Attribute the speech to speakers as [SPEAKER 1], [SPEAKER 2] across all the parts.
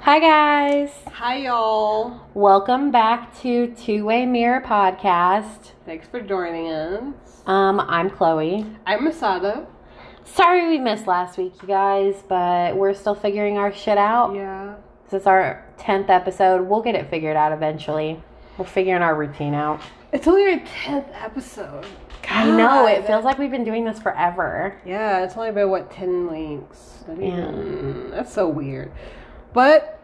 [SPEAKER 1] Hi, guys.
[SPEAKER 2] Hi, y'all.
[SPEAKER 1] Welcome back to Two Way Mirror Podcast.
[SPEAKER 2] Thanks for joining us.
[SPEAKER 1] Um, I'm Chloe.
[SPEAKER 2] I'm Masada.
[SPEAKER 1] Sorry we missed last week, you guys, but we're still figuring our shit out.
[SPEAKER 2] Yeah.
[SPEAKER 1] This is our 10th episode. We'll get it figured out eventually. We're figuring our routine out.
[SPEAKER 2] It's only our 10th episode.
[SPEAKER 1] I know, it
[SPEAKER 2] God.
[SPEAKER 1] feels like we've been doing this forever.
[SPEAKER 2] Yeah, it's only been, what, 10 weeks? I mean,
[SPEAKER 1] Yeah.
[SPEAKER 2] That's so weird. But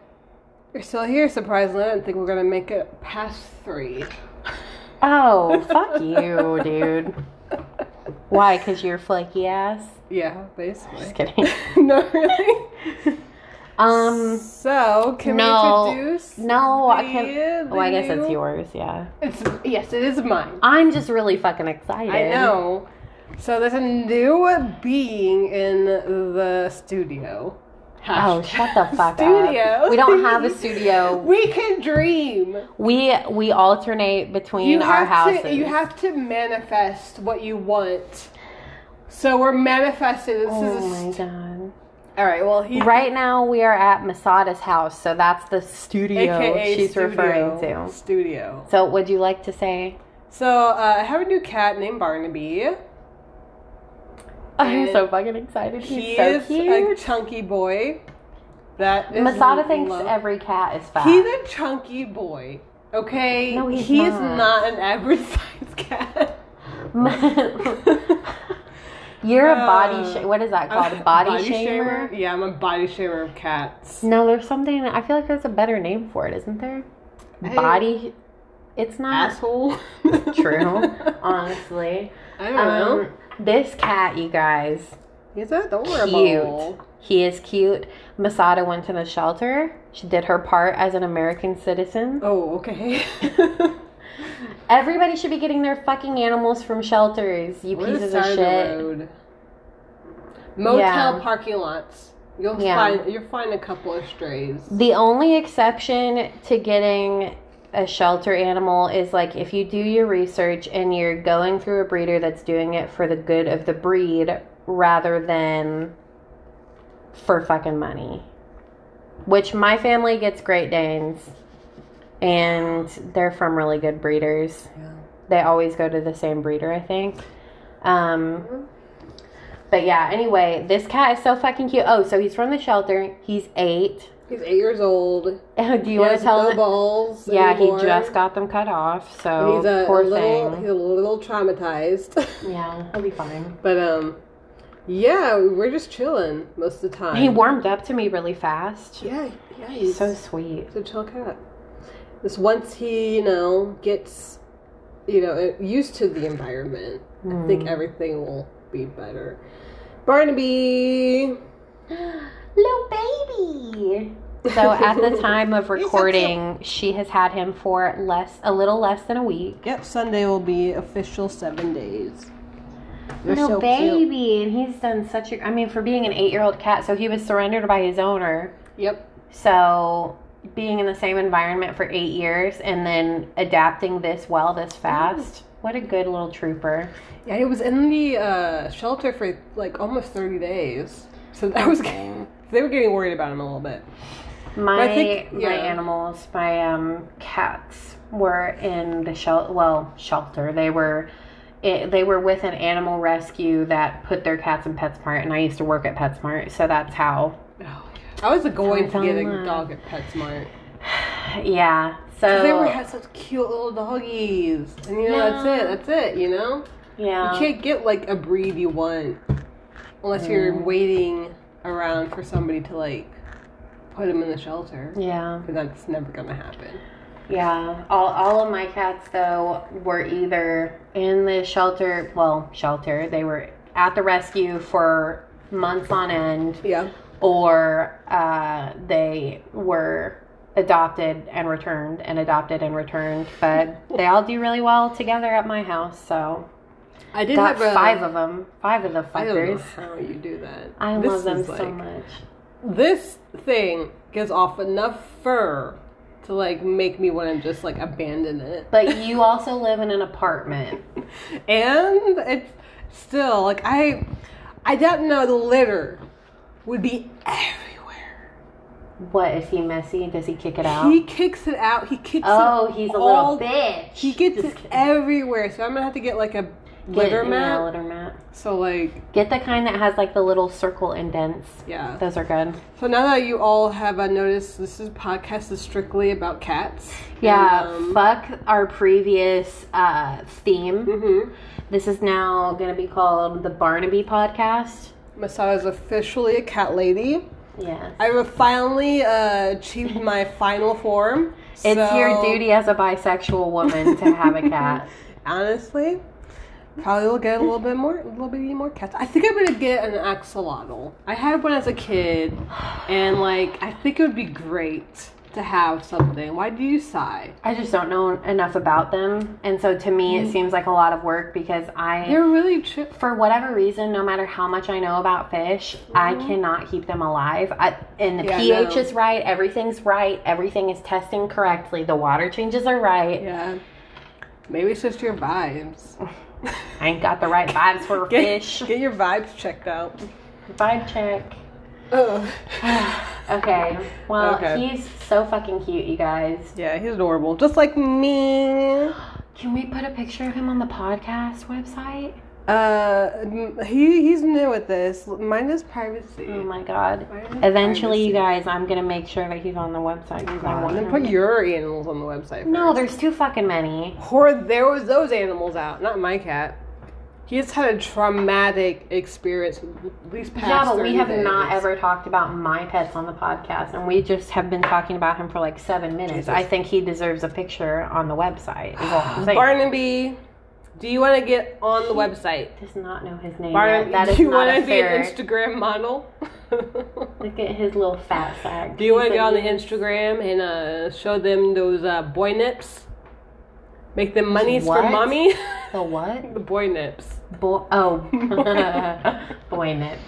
[SPEAKER 2] we're still here, surprisingly. I didn't think we are going to make it past three.
[SPEAKER 1] Oh, fuck you, dude. Why? Because you're flaky ass?
[SPEAKER 2] Yeah,
[SPEAKER 1] Just
[SPEAKER 2] basically.
[SPEAKER 1] kidding.
[SPEAKER 2] no, really?
[SPEAKER 1] Um,
[SPEAKER 2] so, can
[SPEAKER 1] no.
[SPEAKER 2] we introduce?
[SPEAKER 1] no, I
[SPEAKER 2] the-
[SPEAKER 1] can't.
[SPEAKER 2] the
[SPEAKER 1] Well, I guess
[SPEAKER 2] new-
[SPEAKER 1] it's yours, yeah.
[SPEAKER 2] It's, yes, it is mine.
[SPEAKER 1] I'm just really fucking excited.
[SPEAKER 2] I know. So there's a new being in the studio.
[SPEAKER 1] Oh,
[SPEAKER 2] Hashtag
[SPEAKER 1] shut the fuck
[SPEAKER 2] studio.
[SPEAKER 1] up. We don't have a studio.
[SPEAKER 2] we can dream.
[SPEAKER 1] We we alternate between
[SPEAKER 2] You
[SPEAKER 1] our
[SPEAKER 2] have
[SPEAKER 1] houses.
[SPEAKER 2] to. You have to manifest what you want. So we're manifesting. This
[SPEAKER 1] Oh
[SPEAKER 2] is a
[SPEAKER 1] my
[SPEAKER 2] st-
[SPEAKER 1] god.
[SPEAKER 2] all right. Well, he
[SPEAKER 1] Right now we are at Masada's house, so that's the studio
[SPEAKER 2] AKA
[SPEAKER 1] she's
[SPEAKER 2] studio,
[SPEAKER 1] referring to.
[SPEAKER 2] studio.
[SPEAKER 1] So would you like to say
[SPEAKER 2] So uh, I have a new cat named Barnaby.
[SPEAKER 1] I'm
[SPEAKER 2] And
[SPEAKER 1] "Oh, so fucking excited. He's
[SPEAKER 2] He
[SPEAKER 1] so
[SPEAKER 2] is a
[SPEAKER 1] cute.
[SPEAKER 2] chunky boy. That is
[SPEAKER 1] Masada thinks
[SPEAKER 2] lo-
[SPEAKER 1] every cat is fat.
[SPEAKER 2] He's a chunky boy. Okay?
[SPEAKER 1] No, he's
[SPEAKER 2] he is
[SPEAKER 1] not.
[SPEAKER 2] not an average size cat.
[SPEAKER 1] You're a
[SPEAKER 2] Uh,
[SPEAKER 1] body sh- what is that called? A body, shamer?
[SPEAKER 2] Yeah, I'm a body shamer of cats.
[SPEAKER 1] No, there's something. I feel like there's a better name for it, isn't there?
[SPEAKER 2] Hey.
[SPEAKER 1] Body. It's not
[SPEAKER 2] Asshole.
[SPEAKER 1] true,
[SPEAKER 2] I
[SPEAKER 1] honestly.
[SPEAKER 2] don't know.
[SPEAKER 1] Um, this cat, you guys,
[SPEAKER 2] He's adorable.
[SPEAKER 1] cute. He is cute. Masada went to the shelter. She did her part as an American citizen.
[SPEAKER 2] Oh, okay.
[SPEAKER 1] Everybody should be getting their fucking animals from shelters. You
[SPEAKER 2] We're
[SPEAKER 1] pieces
[SPEAKER 2] the
[SPEAKER 1] of
[SPEAKER 2] side
[SPEAKER 1] shit.
[SPEAKER 2] the road. Motel
[SPEAKER 1] Yeah.
[SPEAKER 2] parking lots. You'll
[SPEAKER 1] Yeah.
[SPEAKER 2] find you'll find a couple of strays.
[SPEAKER 1] The only exception to getting a shelter animal is like if you do your research and you're going through a breeder that's doing it for the good of the breed rather than for fucking money. Which my family gets Great Danes and they're from really good breeders.
[SPEAKER 2] Yeah.
[SPEAKER 1] They always go to the same breeder, I think. Um, but yeah, anyway, this cat is so fucking cute. Oh, so he's from the shelter. He's eight.
[SPEAKER 2] He's eight years old.
[SPEAKER 1] Oh, do you
[SPEAKER 2] He
[SPEAKER 1] want
[SPEAKER 2] has
[SPEAKER 1] to tell
[SPEAKER 2] no
[SPEAKER 1] them?
[SPEAKER 2] balls.
[SPEAKER 1] Yeah,
[SPEAKER 2] anymore.
[SPEAKER 1] he just got them cut off,
[SPEAKER 2] And
[SPEAKER 1] so
[SPEAKER 2] he's a
[SPEAKER 1] poor
[SPEAKER 2] little
[SPEAKER 1] thing.
[SPEAKER 2] he's a little traumatized.
[SPEAKER 1] Yeah, he'll be fine.
[SPEAKER 2] but um yeah, we're just chilling most of the time.
[SPEAKER 1] He warmed up to me really fast.
[SPEAKER 2] Yeah, yeah, he's
[SPEAKER 1] He's so sweet.
[SPEAKER 2] he's a chill cat. Just once he, you know, gets you know, uh, used to the environment, I think everything will be better. Barnaby
[SPEAKER 1] Little baby. So at the time of recording, she has had him for less, a little less than a week.
[SPEAKER 2] Yep, Sunday will be official seven days. They're
[SPEAKER 1] Little
[SPEAKER 2] so cute.
[SPEAKER 1] baby, and he's done such a. I mean, for being an eight-year-old cat, so he was surrendered by his owner.
[SPEAKER 2] Yep.
[SPEAKER 1] So being in the same environment for eight years and then adapting this well this fast, what a good little trooper.
[SPEAKER 2] Yeah, he was in the uh, shelter for like almost 30 days. So that was they were getting worried about him a little bit.
[SPEAKER 1] My
[SPEAKER 2] I think-
[SPEAKER 1] my
[SPEAKER 2] yeah.
[SPEAKER 1] animals, my um cats were in the shelter. Well, shelter. They were. It, they were with an animal rescue that put their cats in PetSmart, and I used to work at PetSmart, so that's how.
[SPEAKER 2] I was going to
[SPEAKER 1] Sounds
[SPEAKER 2] get a
[SPEAKER 1] online.
[SPEAKER 2] dog at PetSmart.
[SPEAKER 1] Yeah. So
[SPEAKER 2] They were had such cute little doggies. And you know, that's
[SPEAKER 1] Yeah.
[SPEAKER 2] it. That's it, you know? You
[SPEAKER 1] yeah.
[SPEAKER 2] can't get like a breed you want unless you're waiting around for somebody to like put him in the shelter.
[SPEAKER 1] yeah.
[SPEAKER 2] But that's never gonna happen.
[SPEAKER 1] Yeah, all, all of my cats though were either in the shelter, well, shelter, they were at the rescue for months on end,
[SPEAKER 2] Yeah.
[SPEAKER 1] or uh, they were adopted and returned and adopted and returned. But they all do really well together at my house, so
[SPEAKER 2] I did
[SPEAKER 1] got
[SPEAKER 2] have a,
[SPEAKER 1] five of them, five of the
[SPEAKER 2] I don't know
[SPEAKER 1] fuckers.
[SPEAKER 2] how you do that.
[SPEAKER 1] I
[SPEAKER 2] This
[SPEAKER 1] love them
[SPEAKER 2] is,
[SPEAKER 1] so
[SPEAKER 2] like,
[SPEAKER 1] much.
[SPEAKER 2] this thing gives off enough fur to like make me want to just like abandon it.
[SPEAKER 1] But you also live in an apartment.
[SPEAKER 2] and it's still like I I don't know the litter would be everywhere.
[SPEAKER 1] What is he messy? Does he kick it out?
[SPEAKER 2] He kicks it out. He kicks
[SPEAKER 1] oh,
[SPEAKER 2] it
[SPEAKER 1] he's a
[SPEAKER 2] all-
[SPEAKER 1] little bitch.
[SPEAKER 2] He gets
[SPEAKER 1] Just
[SPEAKER 2] it
[SPEAKER 1] kidding.
[SPEAKER 2] everywhere. So I'm gonna have to get like a
[SPEAKER 1] Get-
[SPEAKER 2] litter
[SPEAKER 1] yeah,
[SPEAKER 2] mat.
[SPEAKER 1] litter mat.
[SPEAKER 2] So like
[SPEAKER 1] Get the kind that has like the little circle indents.
[SPEAKER 2] yeah.
[SPEAKER 1] Those are good.
[SPEAKER 2] So now that you all have uh, noticed, this is podcast is strictly about cats.
[SPEAKER 1] Yeah,
[SPEAKER 2] And, um,
[SPEAKER 1] fuck our previous uh, theme.
[SPEAKER 2] mhm.
[SPEAKER 1] This is now going to be called the Barnaby Podcast.
[SPEAKER 2] Masada is officially a cat lady.
[SPEAKER 1] Yeah.
[SPEAKER 2] I have finally uh, achieved my final form.
[SPEAKER 1] It's your
[SPEAKER 2] so-
[SPEAKER 1] duty as a bisexual woman to have a cat.
[SPEAKER 2] Honestly, probably will get a little bit more, a little bit more cats. I think I'm gonna get an axolotl. I had one as a kid, and like I think it would be great to have something. Why do you sigh?
[SPEAKER 1] I just don't know enough about them. And so to me, it seems like a lot of work because I.
[SPEAKER 2] They're really tri-
[SPEAKER 1] for whatever reason, no matter how much I know about fish, I cannot keep them alive. I, and the
[SPEAKER 2] Mm-hmm. Yeah, I
[SPEAKER 1] pH
[SPEAKER 2] know.
[SPEAKER 1] is right, everything's right, everything is testing correctly, the water changes are right.
[SPEAKER 2] yeah. Maybe it's just your vibes.
[SPEAKER 1] I ain't got the right vibes for a
[SPEAKER 2] Get,
[SPEAKER 1] fish.
[SPEAKER 2] get your vibes checked out.
[SPEAKER 1] Vibe check.
[SPEAKER 2] Oh,
[SPEAKER 1] Okay. Well,
[SPEAKER 2] Okay.
[SPEAKER 1] he's so fucking cute, you guys.
[SPEAKER 2] yeah, he's adorable, just like me.
[SPEAKER 1] Can we put a picture of him on the podcast website?
[SPEAKER 2] Uh, m- he he's new at this. Mind his privacy.
[SPEAKER 1] Oh my god.
[SPEAKER 2] Mind his
[SPEAKER 1] Eventually, you
[SPEAKER 2] privacy.
[SPEAKER 1] guys, I'm gonna make sure that he's on the website. 'cause I
[SPEAKER 2] God,
[SPEAKER 1] want
[SPEAKER 2] then
[SPEAKER 1] him.
[SPEAKER 2] put your animals on the website.
[SPEAKER 1] no,
[SPEAKER 2] first.
[SPEAKER 1] there's too fucking many.
[SPEAKER 2] Pour there was those animals out, not my cat. He just had a traumatic experience these past.
[SPEAKER 1] Yeah, but we
[SPEAKER 2] 30
[SPEAKER 1] have not
[SPEAKER 2] days.
[SPEAKER 1] ever talked about my pets on the podcast, and we just have been talking about him for like seven minutes. I think he deserves a picture on the website. Is all I'm saying.
[SPEAKER 2] Barnaby, do you want to get on the website?
[SPEAKER 1] does not know his name.
[SPEAKER 2] Barnaby,
[SPEAKER 1] yet. That is
[SPEAKER 2] do you
[SPEAKER 1] not
[SPEAKER 2] want
[SPEAKER 1] a
[SPEAKER 2] to be
[SPEAKER 1] fair.
[SPEAKER 2] an Instagram model?
[SPEAKER 1] Look at his little fat sack.
[SPEAKER 2] do you want to
[SPEAKER 1] He's
[SPEAKER 2] get on the
[SPEAKER 1] like-
[SPEAKER 2] Instagram and uh, show them those uh, boy nips? Make them monies
[SPEAKER 1] What?
[SPEAKER 2] for mommy.
[SPEAKER 1] The what?
[SPEAKER 2] the boy nips.
[SPEAKER 1] Boy, oh, boy nips.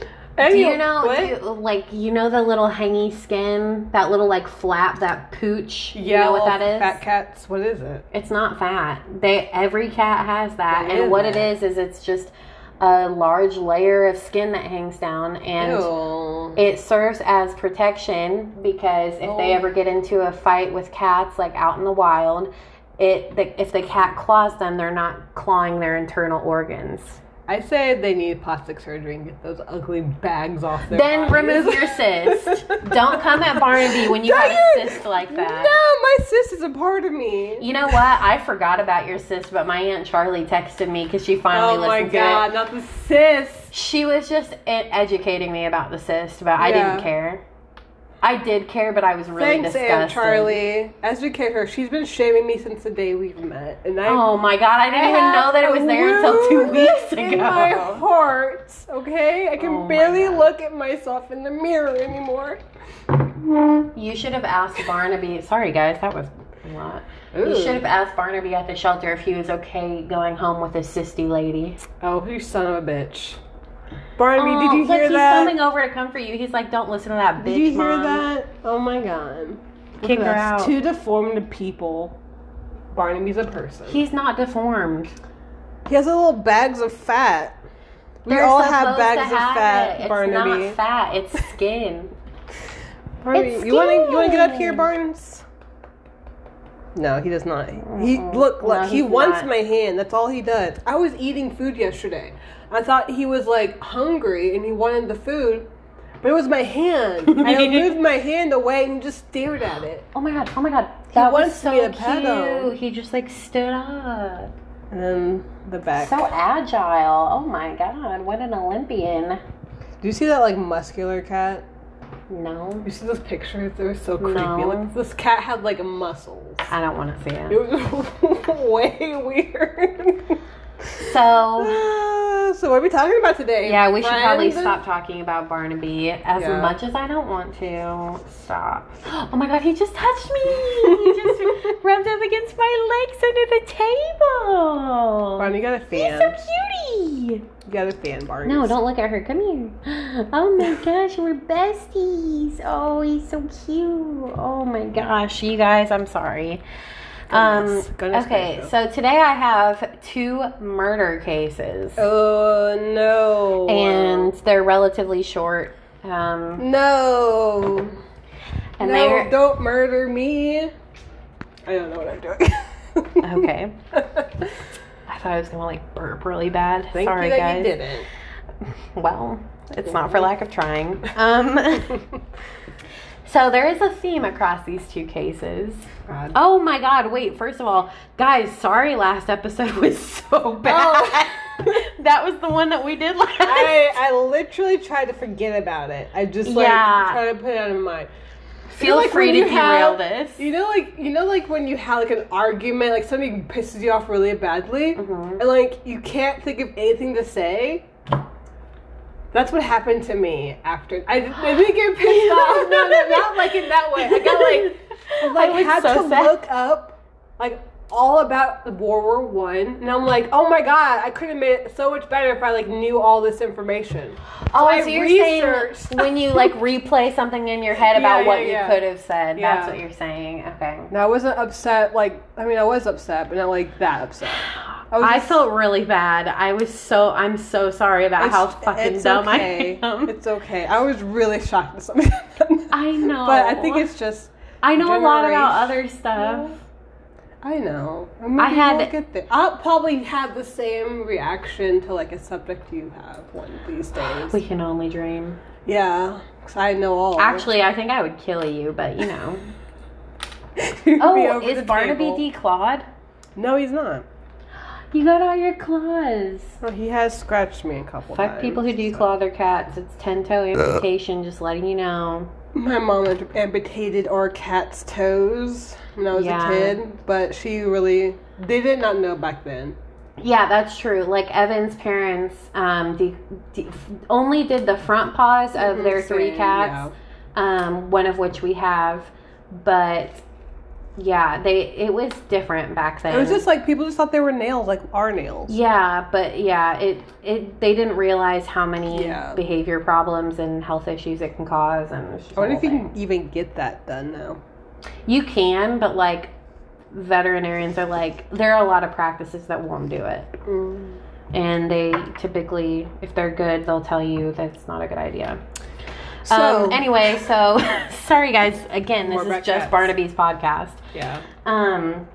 [SPEAKER 1] Do
[SPEAKER 2] Anyway,
[SPEAKER 1] you know,
[SPEAKER 2] what?
[SPEAKER 1] do you, like, you know the little hangy skin, that little like flap, that pooch.
[SPEAKER 2] yeah,
[SPEAKER 1] you know what
[SPEAKER 2] little
[SPEAKER 1] that is?
[SPEAKER 2] Fat cats. What is it?
[SPEAKER 1] It's not fat. They every cat has that,
[SPEAKER 2] It
[SPEAKER 1] and
[SPEAKER 2] is
[SPEAKER 1] what it
[SPEAKER 2] that.
[SPEAKER 1] is is it's just a large layer of skin that hangs down, and
[SPEAKER 2] Ew.
[SPEAKER 1] it serves as protection because if they
[SPEAKER 2] Oh.
[SPEAKER 1] ever get into a fight with cats, like out in the wild, it the, if the cat claws them, they're not clawing their internal organs.
[SPEAKER 2] I say they need plastic surgery and get those ugly bags off their
[SPEAKER 1] Then
[SPEAKER 2] bodies.
[SPEAKER 1] remove your cyst. Don't come at Barnaby when you have a
[SPEAKER 2] Dang it!
[SPEAKER 1] cyst like that.
[SPEAKER 2] No, my sis is a part of me.
[SPEAKER 1] You know what? I forgot about your cyst, but my aunt Charlie texted me because she finally
[SPEAKER 2] oh my
[SPEAKER 1] listened to it.
[SPEAKER 2] god, not the sis.
[SPEAKER 1] She was just e- educating me about the cyst, but I
[SPEAKER 2] Yeah.
[SPEAKER 1] didn't care. I did care, but I was really
[SPEAKER 2] Thanks,
[SPEAKER 1] disgusted.
[SPEAKER 2] Aunt Charlie. Educate her. She's been shaming me since the day we met, and I.
[SPEAKER 1] Oh my god, I didn't
[SPEAKER 2] I
[SPEAKER 1] even
[SPEAKER 2] have
[SPEAKER 1] know that it was
[SPEAKER 2] a
[SPEAKER 1] there until two
[SPEAKER 2] wound
[SPEAKER 1] weeks
[SPEAKER 2] In my
[SPEAKER 1] ago.
[SPEAKER 2] heart, okay? I can
[SPEAKER 1] Oh my
[SPEAKER 2] barely
[SPEAKER 1] God.
[SPEAKER 2] look at myself in the mirror anymore.
[SPEAKER 1] You should have asked Barnaby. Sorry, guys, that was a lot. You
[SPEAKER 2] Ooh.
[SPEAKER 1] should have asked Barnaby at the shelter if he was okay going home with his sissy lady.
[SPEAKER 2] Oh, you son of a bitch. Barnaby,
[SPEAKER 1] Aw,
[SPEAKER 2] did you
[SPEAKER 1] look,
[SPEAKER 2] hear
[SPEAKER 1] Oh, he's
[SPEAKER 2] that?
[SPEAKER 1] coming over to comfort you. He's like, "Don't listen to that bitch,
[SPEAKER 2] Did you hear
[SPEAKER 1] Mom."
[SPEAKER 2] that? Oh my god. Look
[SPEAKER 1] Kick
[SPEAKER 2] at
[SPEAKER 1] her
[SPEAKER 2] us,
[SPEAKER 1] out.
[SPEAKER 2] Two deformed people. Barnaby's a person.
[SPEAKER 1] He's not deformed.
[SPEAKER 2] He has little bags of fat. We
[SPEAKER 1] They're
[SPEAKER 2] all
[SPEAKER 1] supposed
[SPEAKER 2] have
[SPEAKER 1] to
[SPEAKER 2] bags of
[SPEAKER 1] have
[SPEAKER 2] fat,
[SPEAKER 1] it. it's
[SPEAKER 2] Barnaby.
[SPEAKER 1] not fat. It's skin.
[SPEAKER 2] Barnaby,
[SPEAKER 1] It's
[SPEAKER 2] you want to you want to get up
[SPEAKER 1] skin.
[SPEAKER 2] here, Barnes? No, he does not. He look
[SPEAKER 1] No,
[SPEAKER 2] look. he
[SPEAKER 1] he's
[SPEAKER 2] wants
[SPEAKER 1] not.
[SPEAKER 2] my hand. That's all he does. I was eating food yesterday. I thought he was like hungry and he wanted the food, but it was my hand. I moved my hand away and he just stared at it.
[SPEAKER 1] Oh my god! Oh my god! That was
[SPEAKER 2] wants to
[SPEAKER 1] so
[SPEAKER 2] be a pedo.
[SPEAKER 1] cute. He just like stood up,
[SPEAKER 2] And then the back.
[SPEAKER 1] so agile. Oh my god! What an Olympian!
[SPEAKER 2] Do you see that like muscular cat?
[SPEAKER 1] No,
[SPEAKER 2] You see those pictures? They were so creepy.
[SPEAKER 1] No.
[SPEAKER 2] Like this cat had like muscles.
[SPEAKER 1] I don't want to see
[SPEAKER 2] It
[SPEAKER 1] it.
[SPEAKER 2] was way weird.
[SPEAKER 1] So
[SPEAKER 2] Ah, so what are we talking about today?
[SPEAKER 1] yeah, we should probably
[SPEAKER 2] friend?
[SPEAKER 1] stop talking about Barnaby as
[SPEAKER 2] Yeah.
[SPEAKER 1] much as I don't want to. Stop. Oh my god! He just touched me. He just rubbed up against my legs under the table.
[SPEAKER 2] Barney got a
[SPEAKER 1] He's
[SPEAKER 2] fan.
[SPEAKER 1] so cutie.
[SPEAKER 2] You got a fan, Barney.
[SPEAKER 1] No, don't look at her. Come here. Oh my gosh, we're besties. Oh, he's so cute. Oh my gosh, you guys, I'm sorry.
[SPEAKER 2] Goodness.
[SPEAKER 1] um,
[SPEAKER 2] Goodness
[SPEAKER 1] okay,
[SPEAKER 2] gracious.
[SPEAKER 1] so today I have two murder cases,
[SPEAKER 2] Oh no.
[SPEAKER 1] and they're relatively short. Um,
[SPEAKER 2] no.
[SPEAKER 1] And
[SPEAKER 2] no,
[SPEAKER 1] they're
[SPEAKER 2] don't murder me. I don't know what I'm doing.
[SPEAKER 1] okay. I thought I was gonna like burp really bad.
[SPEAKER 2] Thank
[SPEAKER 1] Sorry,
[SPEAKER 2] you that
[SPEAKER 1] guys.
[SPEAKER 2] you didn't.
[SPEAKER 1] Well, it's not for lack of trying. Um, so there is a theme across these two cases.
[SPEAKER 2] God.
[SPEAKER 1] Oh my God! Wait. First of all, guys, sorry. Last episode was so bad. that was the one that we did last.
[SPEAKER 2] Oh. I, I literally tried to forget about it. I just like
[SPEAKER 1] Yeah.
[SPEAKER 2] try to put it out of my mind.
[SPEAKER 1] Feel
[SPEAKER 2] like
[SPEAKER 1] free
[SPEAKER 2] when
[SPEAKER 1] to
[SPEAKER 2] you
[SPEAKER 1] derail
[SPEAKER 2] have-
[SPEAKER 1] this.
[SPEAKER 2] You know, like you know, like when you have like an argument, like somebody pisses you off really badly,
[SPEAKER 1] Mm-hmm.
[SPEAKER 2] and like you can't think of anything to say. That's what happened to me after I, I didn't get pissed off. No, no, not like in that way. I got like like
[SPEAKER 1] I was
[SPEAKER 2] had
[SPEAKER 1] so
[SPEAKER 2] to
[SPEAKER 1] sad.
[SPEAKER 2] look up like all about World War One, and I'm like, oh my god, I could have made it so much better if I like knew all this information.
[SPEAKER 1] Oh,
[SPEAKER 2] I
[SPEAKER 1] so you're saying
[SPEAKER 2] researched.
[SPEAKER 1] when you like replay something in your head about
[SPEAKER 2] Yeah,
[SPEAKER 1] what
[SPEAKER 2] yeah,
[SPEAKER 1] you
[SPEAKER 2] yeah.
[SPEAKER 1] could have said. That's
[SPEAKER 2] Yeah.
[SPEAKER 1] what you're saying. Okay.
[SPEAKER 2] And I wasn't upset. Like I mean, I was upset, but not like that upset. was
[SPEAKER 1] I
[SPEAKER 2] just-
[SPEAKER 1] felt really bad. I was so I'm so sorry about how
[SPEAKER 2] It's-
[SPEAKER 1] fucking
[SPEAKER 2] it's
[SPEAKER 1] dumb
[SPEAKER 2] okay.
[SPEAKER 1] I am.
[SPEAKER 2] It's okay. I was really shocked at something.
[SPEAKER 1] I know.
[SPEAKER 2] But I think it's just
[SPEAKER 1] I know a lot about other
[SPEAKER 2] generation-
[SPEAKER 1] stuff.
[SPEAKER 2] I know. Maybe
[SPEAKER 1] I had-
[SPEAKER 2] we'll get there. I'll probably have the same reaction to like a subject you have one of these days.
[SPEAKER 1] We can only dream.
[SPEAKER 2] yeah, because I know all.
[SPEAKER 1] Actually, I think I would kill you, but you know.
[SPEAKER 2] You'd be
[SPEAKER 1] Oh,
[SPEAKER 2] over
[SPEAKER 1] is
[SPEAKER 2] the
[SPEAKER 1] Barnaby
[SPEAKER 2] table.
[SPEAKER 1] declawed?
[SPEAKER 2] No, he's not.
[SPEAKER 1] You got all your claws.
[SPEAKER 2] Well, he has scratched me a couple
[SPEAKER 1] Fuck
[SPEAKER 2] times.
[SPEAKER 1] people who declaw their cats. It's ten toe amputation. Just letting you know.
[SPEAKER 2] My mom amp- amputated our cat's toes when I was
[SPEAKER 1] Yeah.
[SPEAKER 2] a kid, but she really they did not know back then.
[SPEAKER 1] Yeah, that's true. Like Evan's parents um, de- de- only did the front paws of their three
[SPEAKER 2] Same,
[SPEAKER 1] cats, um, one of which we have. But yeah, they it was different back then.
[SPEAKER 2] It was just like people just thought they were nails, like our nails.
[SPEAKER 1] yeah, but yeah, it it they didn't realize how many
[SPEAKER 2] Yeah.
[SPEAKER 1] behavior problems and health issues it can cause. And it's just
[SPEAKER 2] I wonder
[SPEAKER 1] a
[SPEAKER 2] if you
[SPEAKER 1] whole
[SPEAKER 2] can even get that done now.
[SPEAKER 1] thing. you can, but like veterinarians are like there are a lot of practices that won't do it.
[SPEAKER 2] Mm.
[SPEAKER 1] and they typically if they're good they'll tell you that's not a good idea
[SPEAKER 2] So
[SPEAKER 1] um, anyway so sorry guys again this
[SPEAKER 2] More
[SPEAKER 1] is
[SPEAKER 2] about
[SPEAKER 1] just
[SPEAKER 2] cats.
[SPEAKER 1] barnaby's podcast
[SPEAKER 2] yeah,
[SPEAKER 1] um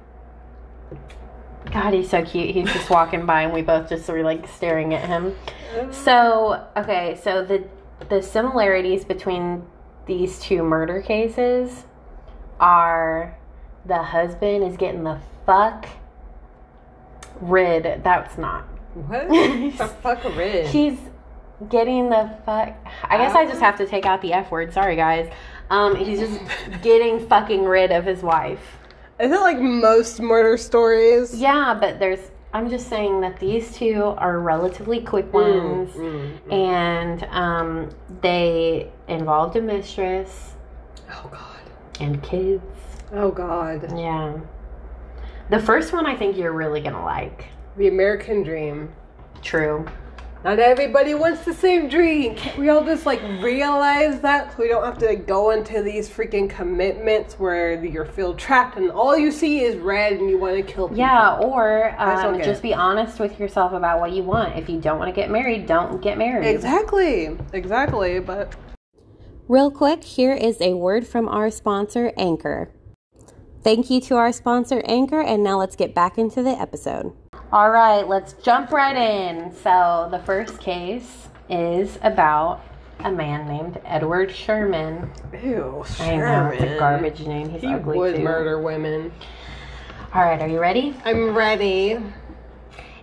[SPEAKER 1] god he's so cute he's just walking by and we both just were like staring at him so okay so the the similarities between these two murder cases are the husband is getting the fuck rid that's not
[SPEAKER 2] what the fuck, ridge?
[SPEAKER 1] He's getting the fuck. I guess I just have to take out the F word. Sorry, guys. Um, he's just getting fucking rid of his wife.
[SPEAKER 2] Is it like most murder stories?
[SPEAKER 1] Yeah, but there's. I'm just saying that these two are relatively quick ones,
[SPEAKER 2] Mm.
[SPEAKER 1] and um, they involved a mistress
[SPEAKER 2] Oh god.
[SPEAKER 1] and kids.
[SPEAKER 2] Oh god.
[SPEAKER 1] Yeah. The first one I think you're really gonna like.
[SPEAKER 2] The American dream.
[SPEAKER 1] True.
[SPEAKER 2] Not everybody wants the same dream. Can't we all just like realize that so we don't have to go into these freaking commitments where you feel trapped and all you see is red and you want to kill people.
[SPEAKER 1] Yeah, or
[SPEAKER 2] don't
[SPEAKER 1] um,
[SPEAKER 2] get
[SPEAKER 1] just
[SPEAKER 2] it.
[SPEAKER 1] be honest with yourself about what you want. If you don't want to get married, don't get married.
[SPEAKER 2] Exactly. Exactly. But
[SPEAKER 1] Real quick, here is a word from our sponsor, Anchor. Thank you to our sponsor, Anchor, and now let's get back into the episode. All right, let's jump right in. So, the first case is about a man named Edward Sherman.
[SPEAKER 2] ew,
[SPEAKER 1] I
[SPEAKER 2] Sherman.
[SPEAKER 1] know, it's a garbage name. He's
[SPEAKER 2] He
[SPEAKER 1] ugly
[SPEAKER 2] would
[SPEAKER 1] too.
[SPEAKER 2] murder women.
[SPEAKER 1] All right, are you ready?
[SPEAKER 2] I'm ready.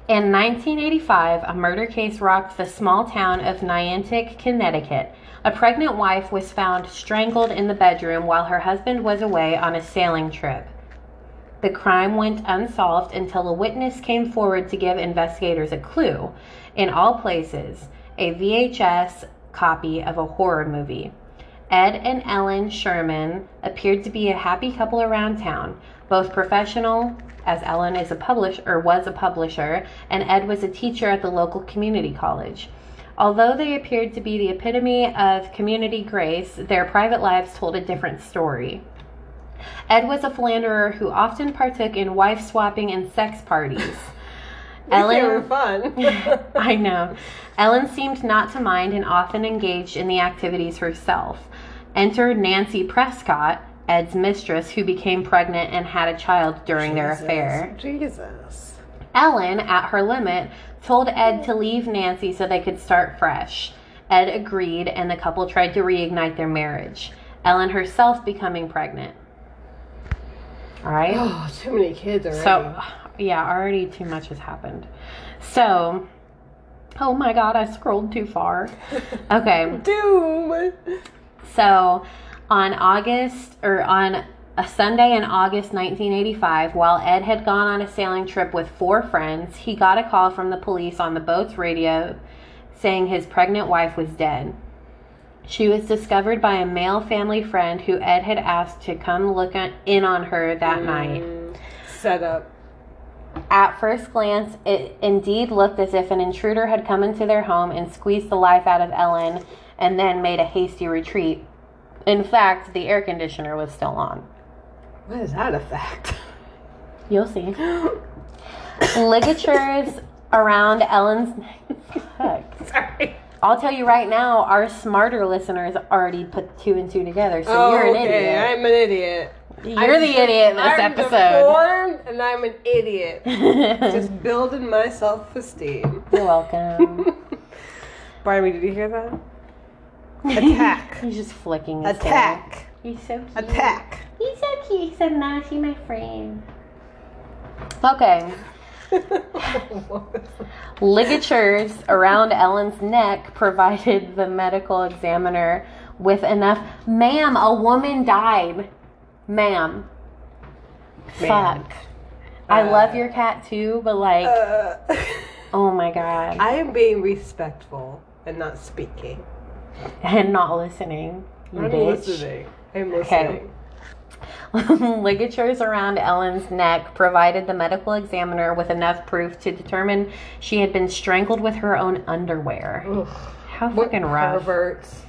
[SPEAKER 1] In 1985, a murder case rocked the small town of Niantic, Connecticut. A pregnant wife was found strangled in the bedroom while her husband was away on a sailing trip. The crime went unsolved until a witness came forward to give investigators a clue. In all places, a VHS copy of a horror movie. Ed and Ellen Sherman appeared to be a happy couple around town, both professional, as Ellen is a publisher or was a publisher, and Ed was a teacher at the local community college. Although they appeared to be the epitome of community grace, their private lives told a different story. Ed was a philanderer who often partook in wife swapping and sex parties.
[SPEAKER 2] They were fun.
[SPEAKER 1] I know. Ellen seemed not to mind and often engaged in the activities herself. Enter Nancy Prescott, Ed's mistress, who became pregnant and had a child during their
[SPEAKER 2] Jesus.
[SPEAKER 1] affair.
[SPEAKER 2] Jesus.
[SPEAKER 1] Ellen, at her limit, told Ed to leave Nancy so they could start fresh. Ed agreed, and the couple tried to reignite their marriage. Ellen herself becoming pregnant. All right.
[SPEAKER 2] Oh, too many kids already.
[SPEAKER 1] So, yeah, already too much has happened. So, oh my god, I scrolled too far. Okay.
[SPEAKER 2] Doom.
[SPEAKER 1] So, on August or on a Sunday in August 1985, while Ed had gone on a sailing trip with four friends, he got a call from the police on the boat's radio saying his pregnant wife was dead. She was discovered by a male family friend who Ed had asked to come look on- in on her that night.
[SPEAKER 2] Set up.
[SPEAKER 1] At first glance, it indeed looked as if an intruder had come into their home and squeezed the life out of Ellen and then made a hasty retreat. In fact, the air conditioner was still on.
[SPEAKER 2] What is that effect?
[SPEAKER 1] You'll see. Ligatures around Ellen's. Fuck.
[SPEAKER 2] Sorry.
[SPEAKER 1] I'll tell you right now, our smarter listeners already put two and two together, so
[SPEAKER 2] oh,
[SPEAKER 1] you're an
[SPEAKER 2] okay.
[SPEAKER 1] idiot.
[SPEAKER 2] I'm an idiot.
[SPEAKER 1] you're
[SPEAKER 2] I'm
[SPEAKER 1] the idiot in this
[SPEAKER 2] I'm
[SPEAKER 1] episode.
[SPEAKER 2] deformed and I'm an idiot. Just building my self esteem.
[SPEAKER 1] you're welcome.
[SPEAKER 2] Barbie, did you hear that? Attack.
[SPEAKER 1] He's just flicking his hair.
[SPEAKER 2] Attack.
[SPEAKER 1] He's so cute.
[SPEAKER 2] Attack.
[SPEAKER 1] He's so cute. He said, "No, she's my friend." Okay. Ligatures around Ellen's neck provided the medical examiner with enough. Ma'am, a woman died. Ma'am.
[SPEAKER 2] Ma'am.
[SPEAKER 1] Fuck. I
[SPEAKER 2] Uh.
[SPEAKER 1] love your cat too, but like,
[SPEAKER 2] Uh,
[SPEAKER 1] oh my god,
[SPEAKER 2] I am being respectful and not speaking.
[SPEAKER 1] and not listening, you
[SPEAKER 2] I'm
[SPEAKER 1] bitch.
[SPEAKER 2] listening. I'm
[SPEAKER 1] Okay.
[SPEAKER 2] listening.
[SPEAKER 1] Ligatures around Ellen's neck provided the medical examiner with enough proof to determine she had been strangled with her own underwear.
[SPEAKER 2] Ugh.
[SPEAKER 1] How
[SPEAKER 2] What
[SPEAKER 1] fucking rough.
[SPEAKER 2] perverts.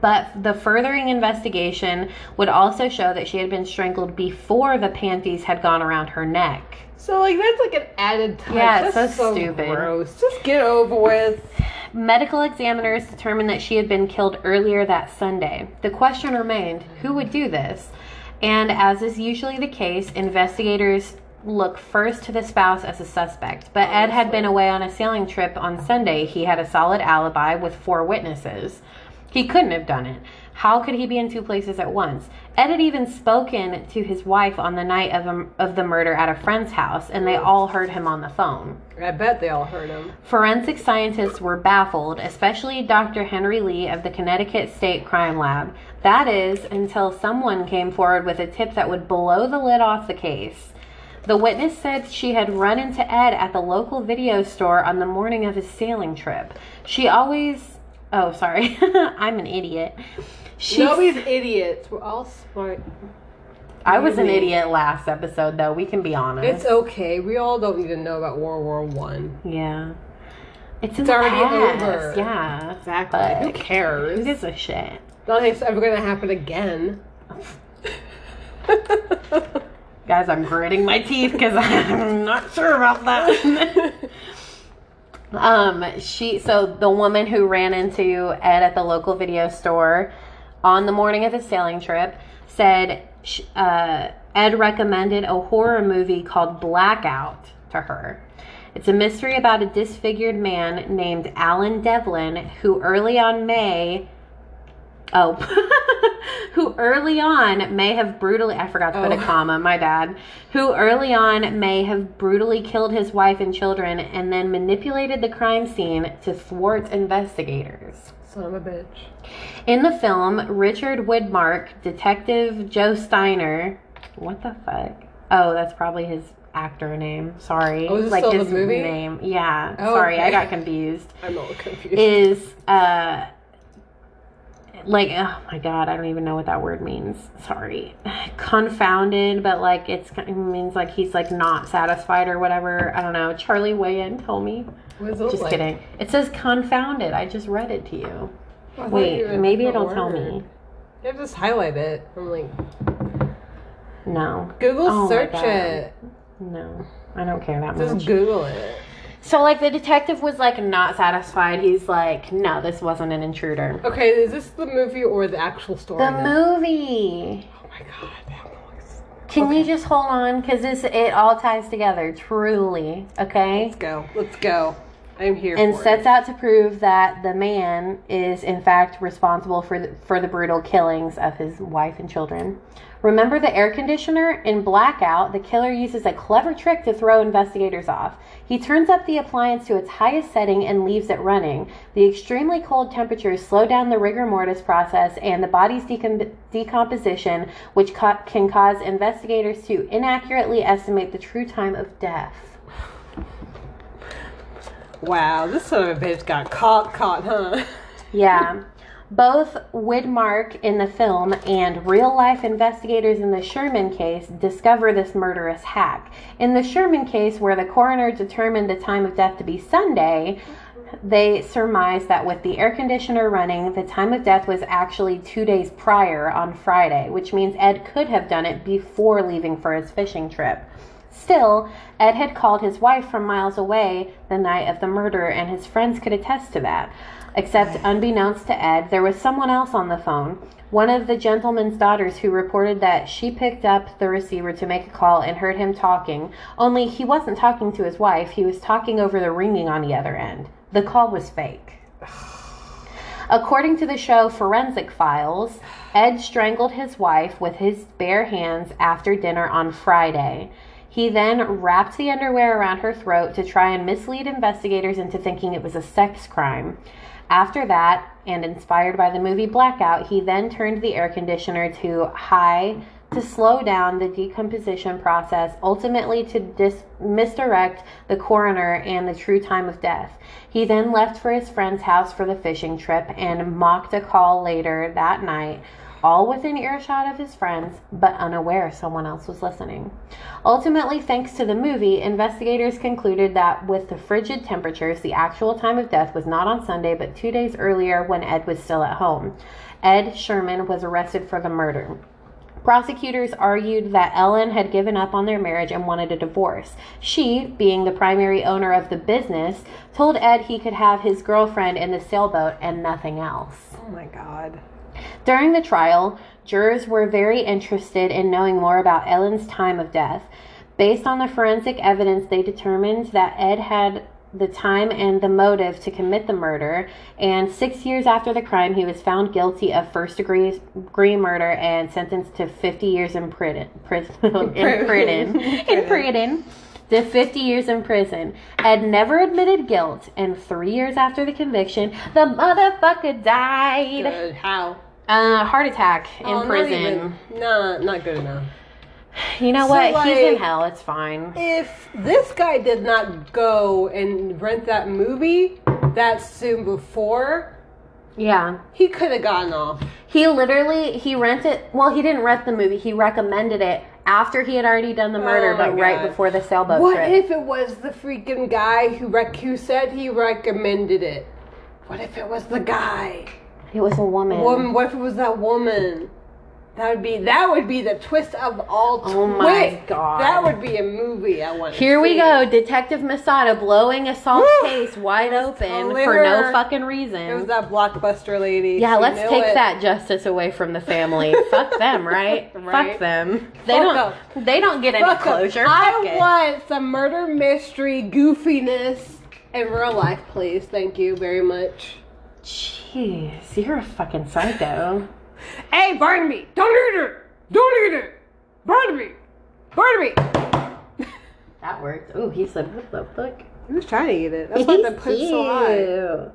[SPEAKER 1] But the furthering investigation would also show that she had been strangled before the panties had gone around her neck.
[SPEAKER 2] So like that's like an added touch.
[SPEAKER 1] Yeah, it's
[SPEAKER 2] That's
[SPEAKER 1] so stupid.
[SPEAKER 2] Gross. Just get over with.
[SPEAKER 1] Medical examiners determined that she had been killed earlier that Sunday. The question remained who would do this? And as is usually the case, investigators look first to the spouse as a suspect. But Ed had been away on a sailing trip on Sunday. He had a solid alibi with four witnesses. He couldn't have done it. How could he be in two places at once? Ed had even spoken to his wife on the night of, a, of the murder at a friend's house, and they all heard him on the phone.
[SPEAKER 2] I bet they all heard him.
[SPEAKER 1] Forensic scientists were baffled, especially Dr. Henry Lee of the Connecticut State Crime Lab. That is, until someone came forward with a tip that would blow the lid off the case. The witness said she had run into Ed at the local video store on the morning of his sailing trip. She always. Oh, sorry. I'm an idiot. She,
[SPEAKER 2] Nobody's idiots. We're all smart.
[SPEAKER 1] I was an
[SPEAKER 2] really-
[SPEAKER 1] idiot last episode, though. We can be honest.
[SPEAKER 2] It's okay. We all don't need to know about World War One.
[SPEAKER 1] yeah. It's,
[SPEAKER 2] It's
[SPEAKER 1] in the
[SPEAKER 2] already
[SPEAKER 1] past.
[SPEAKER 2] over.
[SPEAKER 1] Yeah.
[SPEAKER 2] Exactly. Who
[SPEAKER 1] Fuck. Who
[SPEAKER 2] cares?
[SPEAKER 1] gives a shit?
[SPEAKER 2] Nothing's ever gonna happen again.
[SPEAKER 1] Guys, I'm gritting my teeth because I'm not sure about that. um, she so the woman who ran into Ed at the local video store on the morning of his sailing trip said sh- uh, Ed recommended a horror movie called Blackout to her. It's a mystery about a disfigured man named Alan Devlin who early on May Oh, who early on may have brutally, I forgot to put a
[SPEAKER 2] Oh.
[SPEAKER 1] comma, my bad. Who early on may have brutally killed his wife and children and then manipulated the crime scene to thwart investigators.
[SPEAKER 2] Son of a bitch.
[SPEAKER 1] In the film, Richard Woodmark, Detective Joe Steiner, what the fuck? Oh, that's probably his actor name. Sorry.
[SPEAKER 2] Oh, is this
[SPEAKER 1] like
[SPEAKER 2] still
[SPEAKER 1] his
[SPEAKER 2] the movie?
[SPEAKER 1] name. Yeah.
[SPEAKER 2] Oh,
[SPEAKER 1] sorry, I
[SPEAKER 2] okay.
[SPEAKER 1] got confused
[SPEAKER 2] I'm all confused.
[SPEAKER 1] is uh like oh my god i don't even know what that word means sorry confounded but like it's it means like he's like not satisfied or whatever i don't know charlie weigh in tell me
[SPEAKER 2] what is it
[SPEAKER 1] just
[SPEAKER 2] like?
[SPEAKER 1] kidding it says confounded i just read it to you
[SPEAKER 2] I thought
[SPEAKER 1] wait
[SPEAKER 2] you were-
[SPEAKER 1] maybe
[SPEAKER 2] a
[SPEAKER 1] it'll tell
[SPEAKER 2] word.
[SPEAKER 1] me
[SPEAKER 2] You have to just highlight it. I'm like,
[SPEAKER 1] no
[SPEAKER 2] Google
[SPEAKER 1] Oh my
[SPEAKER 2] search
[SPEAKER 1] Oh God.
[SPEAKER 2] it.
[SPEAKER 1] no i don't care that much
[SPEAKER 2] Just Google it.
[SPEAKER 1] So like the detective was like not satisfied. He's like, no, this wasn't an intruder.
[SPEAKER 2] Okay, is this the movie or the actual story?
[SPEAKER 1] The
[SPEAKER 2] now?
[SPEAKER 1] movie.
[SPEAKER 2] Oh my god, that noise.
[SPEAKER 1] Can you just hold on? Because this it all ties together. Truly, okay.
[SPEAKER 2] Let's go. Let's go. I'm here
[SPEAKER 1] and
[SPEAKER 2] for
[SPEAKER 1] sets out to prove that the man is in fact responsible for the, for the brutal killings of his wife and children. Remember the air conditioner in blackout, the killer uses a clever trick to throw investigators off. He turns up the appliance to its highest setting and leaves it running. The extremely cold temperatures slow down the rigor mortis process and the body's decom- decomposition, which ca- can cause investigators to inaccurately estimate the true time of death.
[SPEAKER 2] it. Wow, this son of a bitch got caught, caught, huh?
[SPEAKER 1] Yeah. Both Widmark in the film and real life investigators in the Sherman case discover this murderous hack. In the Sherman case, where the coroner determined the time of death to be Sunday, they surmised that with the air conditioner running, the time of death was actually two days prior on Friday, which means Ed could have done it before leaving for his fishing trip. Still, Ed had called his wife from miles away the night of the murder, and his friends could attest to that. Except, unbeknownst to Ed, there was someone else on the phone. One of the gentleman's daughters who reported that she picked up the receiver to make a call and heard him talking, only he wasn't talking to his wife, he was talking over the ringing on the other end. The call was fake. According to the show Forensic Files, Ed strangled his wife with his bare hands after dinner on Friday. He then wrapped the underwear around her throat to try and mislead investigators into thinking it was a sex crime. After that, and inspired by the movie Blackout, he then turned the air conditioner to high to slow down the decomposition process, ultimately to dis- misdirect the coroner and the true time of death. He then left for his friend's house for the fishing trip and mocked a call later that night, all within earshot of his friends, but unaware someone else was listening. Ultimately, thanks to the movie, investigators concluded that with the frigid temperatures, the actual time of death was not on Sunday, but two days earlier when Ed was still at home. Ed Sherman was arrested for the murder. Prosecutors argued that Ellen had given up on their marriage and wanted a divorce. She, being the primary owner of the business, told Ed he could have his girlfriend in the sailboat and nothing else.
[SPEAKER 2] Oh my god.
[SPEAKER 1] During the trial, jurors were very interested in knowing more about Ellen's time of death. Based on the forensic evidence, they determined that Ed had the time and the motive to commit the murder, and six years after the crime, he was found guilty of first degree, degree murder and sentenced to 50 years in prison. prison in prison. in prison. To 50 years in prison. Ed never admitted guilt, and three years after the conviction, the motherfucker died.
[SPEAKER 2] Good. How?
[SPEAKER 1] Uh, heart attack in
[SPEAKER 2] Oh, not
[SPEAKER 1] prison.
[SPEAKER 2] even- No, not good enough.
[SPEAKER 1] You know
[SPEAKER 2] So,
[SPEAKER 1] what? He's in
[SPEAKER 2] like-
[SPEAKER 1] hell. It's fine.
[SPEAKER 2] If this guy did not go and rent that movie that soon before,
[SPEAKER 1] Yeah.
[SPEAKER 2] he could have gotten off.
[SPEAKER 1] He literally he rented. Well, he didn't rent the movie. He recommended it after he had already done the murder,
[SPEAKER 2] Oh my
[SPEAKER 1] but right
[SPEAKER 2] God.
[SPEAKER 1] before the sailboat
[SPEAKER 2] What
[SPEAKER 1] trip.
[SPEAKER 2] if it was the freaking guy who rec- who said he recommended it? What if it was the guy?
[SPEAKER 1] it was a woman.
[SPEAKER 2] Woman, what if it was that woman? That would be that would be the twist of all twists.
[SPEAKER 1] Oh my God.
[SPEAKER 2] That would be a movie I want.
[SPEAKER 1] Here we go, Detective Masada blowing a soft
[SPEAKER 2] Woo!
[SPEAKER 1] case wide open
[SPEAKER 2] telling
[SPEAKER 1] for no
[SPEAKER 2] her.
[SPEAKER 1] fucking
[SPEAKER 2] It was
[SPEAKER 1] reason.
[SPEAKER 2] that blockbuster lady.
[SPEAKER 1] Yeah,
[SPEAKER 2] She
[SPEAKER 1] let's
[SPEAKER 2] knew
[SPEAKER 1] take
[SPEAKER 2] it.
[SPEAKER 1] that justice away from the family. Fuck them, right? Fuck
[SPEAKER 2] Right.
[SPEAKER 1] them. They
[SPEAKER 2] Fuck
[SPEAKER 1] don't.
[SPEAKER 2] up.
[SPEAKER 1] They don't get any
[SPEAKER 2] Fuck 'em.
[SPEAKER 1] closure.
[SPEAKER 2] I
[SPEAKER 1] Fuck it.
[SPEAKER 2] want some murder mystery goofiness in real life, please. Thank you very much.
[SPEAKER 1] Jeez, you're a fucking psycho.
[SPEAKER 2] Hey, burn me! Don't eat it! Don't eat it! Burn me! Burn me!
[SPEAKER 1] that worked. Oh, he said, "What the fuck?"
[SPEAKER 2] He was trying to eat it. That's why the put's so high.
[SPEAKER 1] Ew.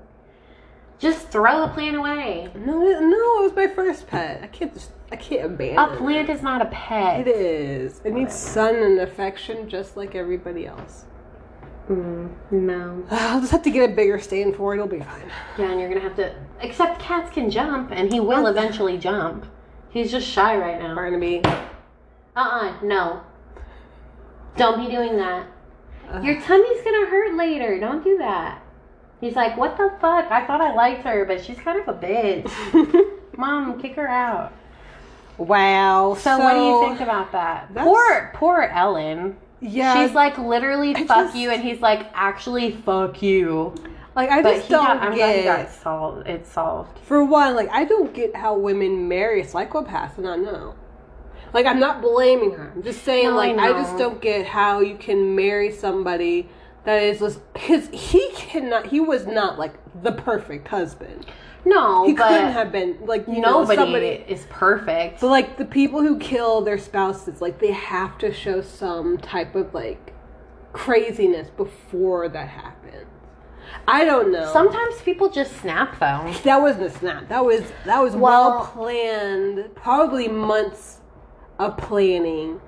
[SPEAKER 1] Just throw a plant away.
[SPEAKER 2] No, it- no, it was my first pet. I can't just, I can't abandon.
[SPEAKER 1] A
[SPEAKER 2] it.
[SPEAKER 1] plant is not a
[SPEAKER 2] It
[SPEAKER 1] pet.
[SPEAKER 2] is. It needs sun and affection, just like everybody else.
[SPEAKER 1] Mm, no.
[SPEAKER 2] I'll just have to get a bigger stand for it. It'll be fine.
[SPEAKER 1] Yeah, and you're gonna have to. Except cats can jump, and he will eventually jump. He's just shy right now.
[SPEAKER 2] Barnaby.
[SPEAKER 1] Uh uh no. Don't be doing that. Your tummy's gonna hurt later. Don't do that. He's like, what the fuck? I thought I liked her, but she's kind of a bitch. Mom, kick her out.
[SPEAKER 2] wow.
[SPEAKER 1] So, what do you think about that?
[SPEAKER 2] That's-
[SPEAKER 1] Poor, poor Ellen.
[SPEAKER 2] Yeah.
[SPEAKER 1] She's like literally
[SPEAKER 2] I
[SPEAKER 1] fuck
[SPEAKER 2] just-
[SPEAKER 1] you, and he's like actually fuck you.
[SPEAKER 2] like I
[SPEAKER 1] But
[SPEAKER 2] just
[SPEAKER 1] he
[SPEAKER 2] don't
[SPEAKER 1] got, I'm glad he
[SPEAKER 2] get.
[SPEAKER 1] got solved. It's solved.
[SPEAKER 2] For one, like I don't get how women marry psychopaths, and I know. Like I'm not blaming her. I'm just saying,
[SPEAKER 1] No, I
[SPEAKER 2] like I, just
[SPEAKER 1] know.
[SPEAKER 2] don't get how you can marry somebody that is just because he cannot. He was not like the perfect husband.
[SPEAKER 1] No,
[SPEAKER 2] He
[SPEAKER 1] but
[SPEAKER 2] couldn't have been like you
[SPEAKER 1] nobody
[SPEAKER 2] know somebody.
[SPEAKER 1] is perfect.
[SPEAKER 2] But like the people who kill their spouses, like they have to show some type of like craziness before that happens. I don't know.
[SPEAKER 1] Sometimes people just snap though.
[SPEAKER 2] That wasn't a snap. That was that was well,
[SPEAKER 1] Well-
[SPEAKER 2] planned. Probably months of planning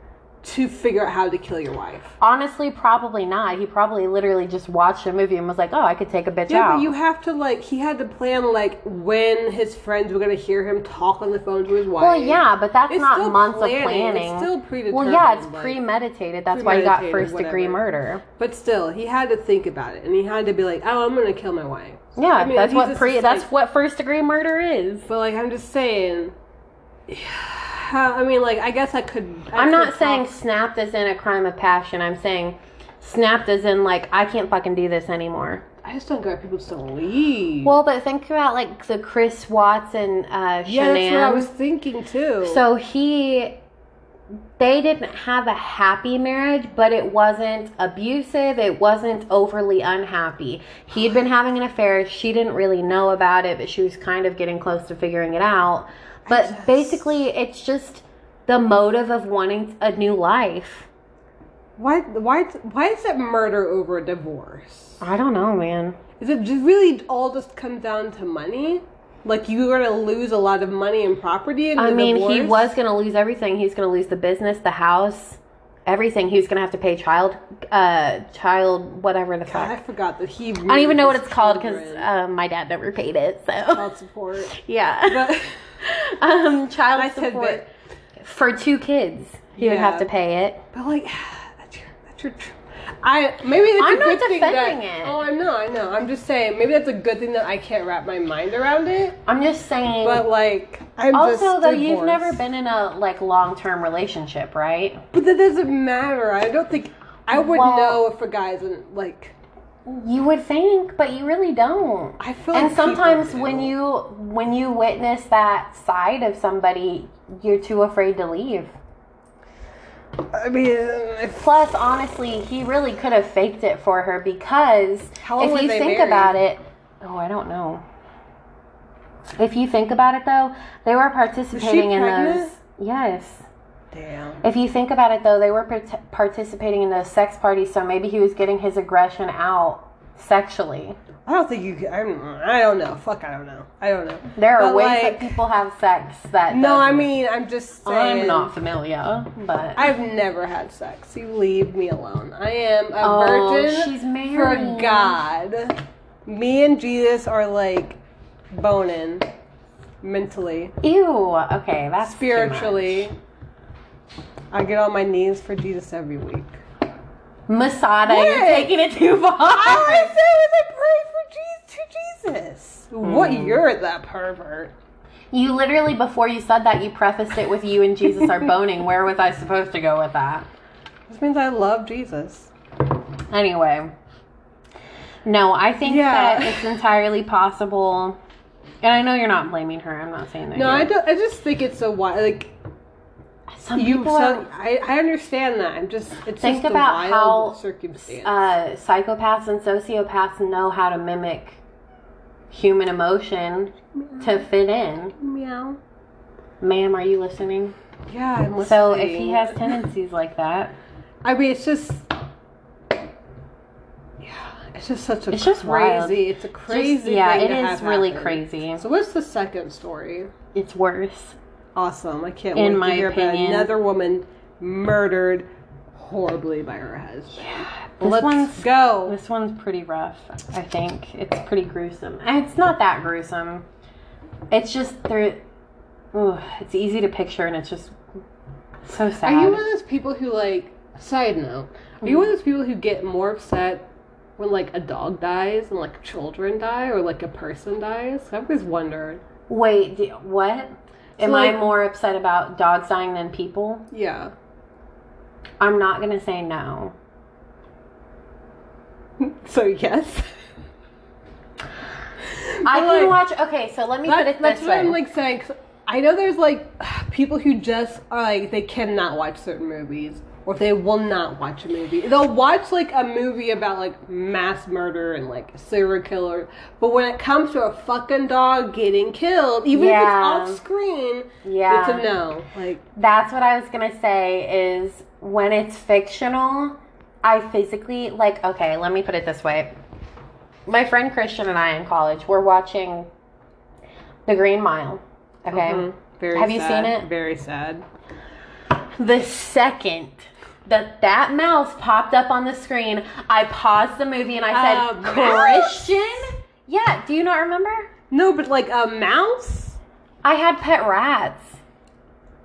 [SPEAKER 2] to figure out how to kill your wife.
[SPEAKER 1] Honestly, probably not. He probably literally just watched a movie and was like, "Oh, I could take a bitch
[SPEAKER 2] Yeah,
[SPEAKER 1] out."
[SPEAKER 2] but you have to like he had to plan like when his friends were gonna hear him talk on the phone to his wife.
[SPEAKER 1] well, yeah, but that's
[SPEAKER 2] It's
[SPEAKER 1] not
[SPEAKER 2] still
[SPEAKER 1] months of
[SPEAKER 2] planning. It's
[SPEAKER 1] planning.
[SPEAKER 2] still
[SPEAKER 1] well,
[SPEAKER 2] predetermined,
[SPEAKER 1] yeah, it's
[SPEAKER 2] like-
[SPEAKER 1] premeditated. That's why you got
[SPEAKER 2] Premeditated,
[SPEAKER 1] first degree
[SPEAKER 2] whatever.
[SPEAKER 1] murder.
[SPEAKER 2] But still, he had to think about it and he had to be like, Oh, I'm gonna kill my wife.
[SPEAKER 1] Yeah,
[SPEAKER 2] I mean,
[SPEAKER 1] that's
[SPEAKER 2] he's
[SPEAKER 1] what
[SPEAKER 2] just
[SPEAKER 1] pre.
[SPEAKER 2] like-
[SPEAKER 1] That's what first degree murder is.
[SPEAKER 2] But like I'm just saying how, I mean like I guess I could I
[SPEAKER 1] I'm not
[SPEAKER 2] could
[SPEAKER 1] saying
[SPEAKER 2] talk-
[SPEAKER 1] snapped as in a crime of passion. I'm saying snapped as in like I can't fucking do this anymore.
[SPEAKER 2] I just don't get why people just don't leave.
[SPEAKER 1] Well, but think about like the Chris Watson uh,
[SPEAKER 2] Yeah, that's what I
[SPEAKER 1] shenan.
[SPEAKER 2] was thinking too.
[SPEAKER 1] so he, they didn't have a happy marriage, but it wasn't abusive. It wasn't overly unhappy. He had been having an affair. She didn't really know about it, but she was kind of getting close to figuring it out. But
[SPEAKER 2] just-
[SPEAKER 1] basically, it's just the motive of wanting a new life.
[SPEAKER 2] why why why is it murder over a divorce?
[SPEAKER 1] I don't know, man.
[SPEAKER 2] Is it just really all just comes down to money? Like you're gonna lose a lot of money and property in
[SPEAKER 1] I
[SPEAKER 2] the
[SPEAKER 1] mean, he
[SPEAKER 2] divorce?
[SPEAKER 1] was going to lose everything. He's going to lose the business, the house, everything. He was going to have to pay child, uh, child, whatever the
[SPEAKER 2] I
[SPEAKER 1] fuck.
[SPEAKER 2] forgot that he.
[SPEAKER 1] I don't even know what it's called because um, my dad never paid it. So
[SPEAKER 2] child support.
[SPEAKER 1] yeah,
[SPEAKER 2] But
[SPEAKER 1] um, child
[SPEAKER 2] I said
[SPEAKER 1] support
[SPEAKER 2] that.
[SPEAKER 1] for two kids. He would
[SPEAKER 2] Yeah.
[SPEAKER 1] have to pay it.
[SPEAKER 2] But like, that's your that's your. Tr- I maybe that's
[SPEAKER 1] I'm
[SPEAKER 2] a
[SPEAKER 1] not
[SPEAKER 2] good thing that.
[SPEAKER 1] defending it.
[SPEAKER 2] Oh, I know, I know. I'm just saying maybe that's a good thing that I can't wrap my mind around it.
[SPEAKER 1] I'm just saying.
[SPEAKER 2] But like, I'm just
[SPEAKER 1] also, though, you've
[SPEAKER 2] divorced.
[SPEAKER 1] never been in a like long-term relationship, right?
[SPEAKER 2] But that doesn't matter. I don't think I would
[SPEAKER 1] Well-
[SPEAKER 2] know if a guy's in like.
[SPEAKER 1] You would think, but you really don't.
[SPEAKER 2] I feel. like
[SPEAKER 1] and
[SPEAKER 2] people
[SPEAKER 1] sometimes
[SPEAKER 2] do.
[SPEAKER 1] when you when you witness that side of somebody you're too afraid to leave
[SPEAKER 2] I mean, if,
[SPEAKER 1] plus honestly he really could have faked it for her because
[SPEAKER 2] How long
[SPEAKER 1] if
[SPEAKER 2] were
[SPEAKER 1] you
[SPEAKER 2] they
[SPEAKER 1] think
[SPEAKER 2] married?
[SPEAKER 1] about it oh i don't know if you think about it though they were participating in
[SPEAKER 2] pregnant?
[SPEAKER 1] those yes
[SPEAKER 2] damn.
[SPEAKER 1] if you think about it though they were part- participating in those sex parties so maybe he was getting his aggression out sexually
[SPEAKER 2] I don't think you. Can, I'm, I don't know. Fuck, I don't know. I don't know.
[SPEAKER 1] there are
[SPEAKER 2] But,
[SPEAKER 1] ways
[SPEAKER 2] like-
[SPEAKER 1] that people have sex that
[SPEAKER 2] No, I
[SPEAKER 1] doesn't.
[SPEAKER 2] mean, I'm just. Saying,
[SPEAKER 1] I'm not familiar, but
[SPEAKER 2] I've never had sex. You leave me alone. I am a
[SPEAKER 1] Oh,
[SPEAKER 2] virgin
[SPEAKER 1] she's
[SPEAKER 2] for
[SPEAKER 1] married.
[SPEAKER 2] God. Me and Jesus are like boning mentally,
[SPEAKER 1] ew. Okay, that's too
[SPEAKER 2] spiritually. I get on my knees for Jesus every week.
[SPEAKER 1] much. Masada, you're
[SPEAKER 2] What?
[SPEAKER 1] taking it too far.
[SPEAKER 2] All I said was I prayed for Jesus. To Jesus. What?
[SPEAKER 1] Hmm.
[SPEAKER 2] You're that pervert.
[SPEAKER 1] You literally, before you said that, you prefaced it with "You and Jesus are boning." Where was I supposed to go with that?
[SPEAKER 2] This means I love Jesus.
[SPEAKER 1] Anyway, no, I think
[SPEAKER 2] Yeah.
[SPEAKER 1] that it's entirely possible. And I know you're not blaming her. I'm not saying that.
[SPEAKER 2] No,
[SPEAKER 1] you're-
[SPEAKER 2] I don't. I just think it's a wild. Like
[SPEAKER 1] Some
[SPEAKER 2] you,
[SPEAKER 1] people are
[SPEAKER 2] so, I, I understand that. I'm just. It's
[SPEAKER 1] Think
[SPEAKER 2] just
[SPEAKER 1] about
[SPEAKER 2] a wild
[SPEAKER 1] how,
[SPEAKER 2] circumstance.
[SPEAKER 1] uh, psychopaths and sociopaths know how to mimic human emotion to
[SPEAKER 2] Mm.
[SPEAKER 1] fit in.
[SPEAKER 2] Meow.
[SPEAKER 1] Ma'am, are you listening?
[SPEAKER 2] Yeah, I'm listening.
[SPEAKER 1] So if he has tendencies like that,
[SPEAKER 2] I mean, it's just. Yeah, it's just such a
[SPEAKER 1] It's just
[SPEAKER 2] crazy.
[SPEAKER 1] wild.
[SPEAKER 2] It's a crazy.
[SPEAKER 1] just- yeah,
[SPEAKER 2] thing
[SPEAKER 1] it
[SPEAKER 2] to have
[SPEAKER 1] is really
[SPEAKER 2] happen.
[SPEAKER 1] crazy.
[SPEAKER 2] So what's the second story?
[SPEAKER 1] It's worse.
[SPEAKER 2] Awesome! I can't
[SPEAKER 1] In
[SPEAKER 2] wait
[SPEAKER 1] my
[SPEAKER 2] to hear
[SPEAKER 1] opinion.
[SPEAKER 2] about another woman murdered horribly by her husband.
[SPEAKER 1] This
[SPEAKER 2] Let's
[SPEAKER 1] one's
[SPEAKER 2] go.
[SPEAKER 1] this one's pretty rough. I think it's pretty gruesome. And It's not that gruesome. It's just there. Ooh, it's easy to picture, and it's just so sad.
[SPEAKER 2] Are you one of those people who like? Side note: Are
[SPEAKER 1] Mm-hmm.
[SPEAKER 2] you one of those people who get more upset when like a dog dies and like children die or like a person dies? I've always wondered.
[SPEAKER 1] Wait, do, what? Am
[SPEAKER 2] like-
[SPEAKER 1] I more upset about dogs dying than people?
[SPEAKER 2] Yeah.
[SPEAKER 1] I'm not gonna say no.
[SPEAKER 2] So yes.
[SPEAKER 1] I
[SPEAKER 2] But,
[SPEAKER 1] can
[SPEAKER 2] like,
[SPEAKER 1] watch. Okay, so let me
[SPEAKER 2] That-
[SPEAKER 1] put it
[SPEAKER 2] that's
[SPEAKER 1] this
[SPEAKER 2] what
[SPEAKER 1] way.
[SPEAKER 2] I'm like saying. 'cause I know there's like people who just are like they cannot watch certain movies, or they will not watch a movie. They'll watch like a movie about like mass murder and like serial killer, but when it comes to a fucking dog getting killed, even
[SPEAKER 1] Yeah.
[SPEAKER 2] if it's off screen,
[SPEAKER 1] yeah,
[SPEAKER 2] it's a no. Like
[SPEAKER 1] That's what I was gonna say is when it's fictional, I physically like okay, let me put it this way. My friend Christian and I in college were watching The Green Mile. Okay.
[SPEAKER 2] mhm, very.
[SPEAKER 1] Have you
[SPEAKER 2] sad,
[SPEAKER 1] seen it?
[SPEAKER 2] Very sad.
[SPEAKER 1] The second that that mouse popped up on the screen, I paused the movie and I
[SPEAKER 2] A
[SPEAKER 1] said,
[SPEAKER 2] Uh, mouse?
[SPEAKER 1] "Christian?" Yeah, do you not remember?
[SPEAKER 2] No, but like a mouse,
[SPEAKER 1] I had pet rats.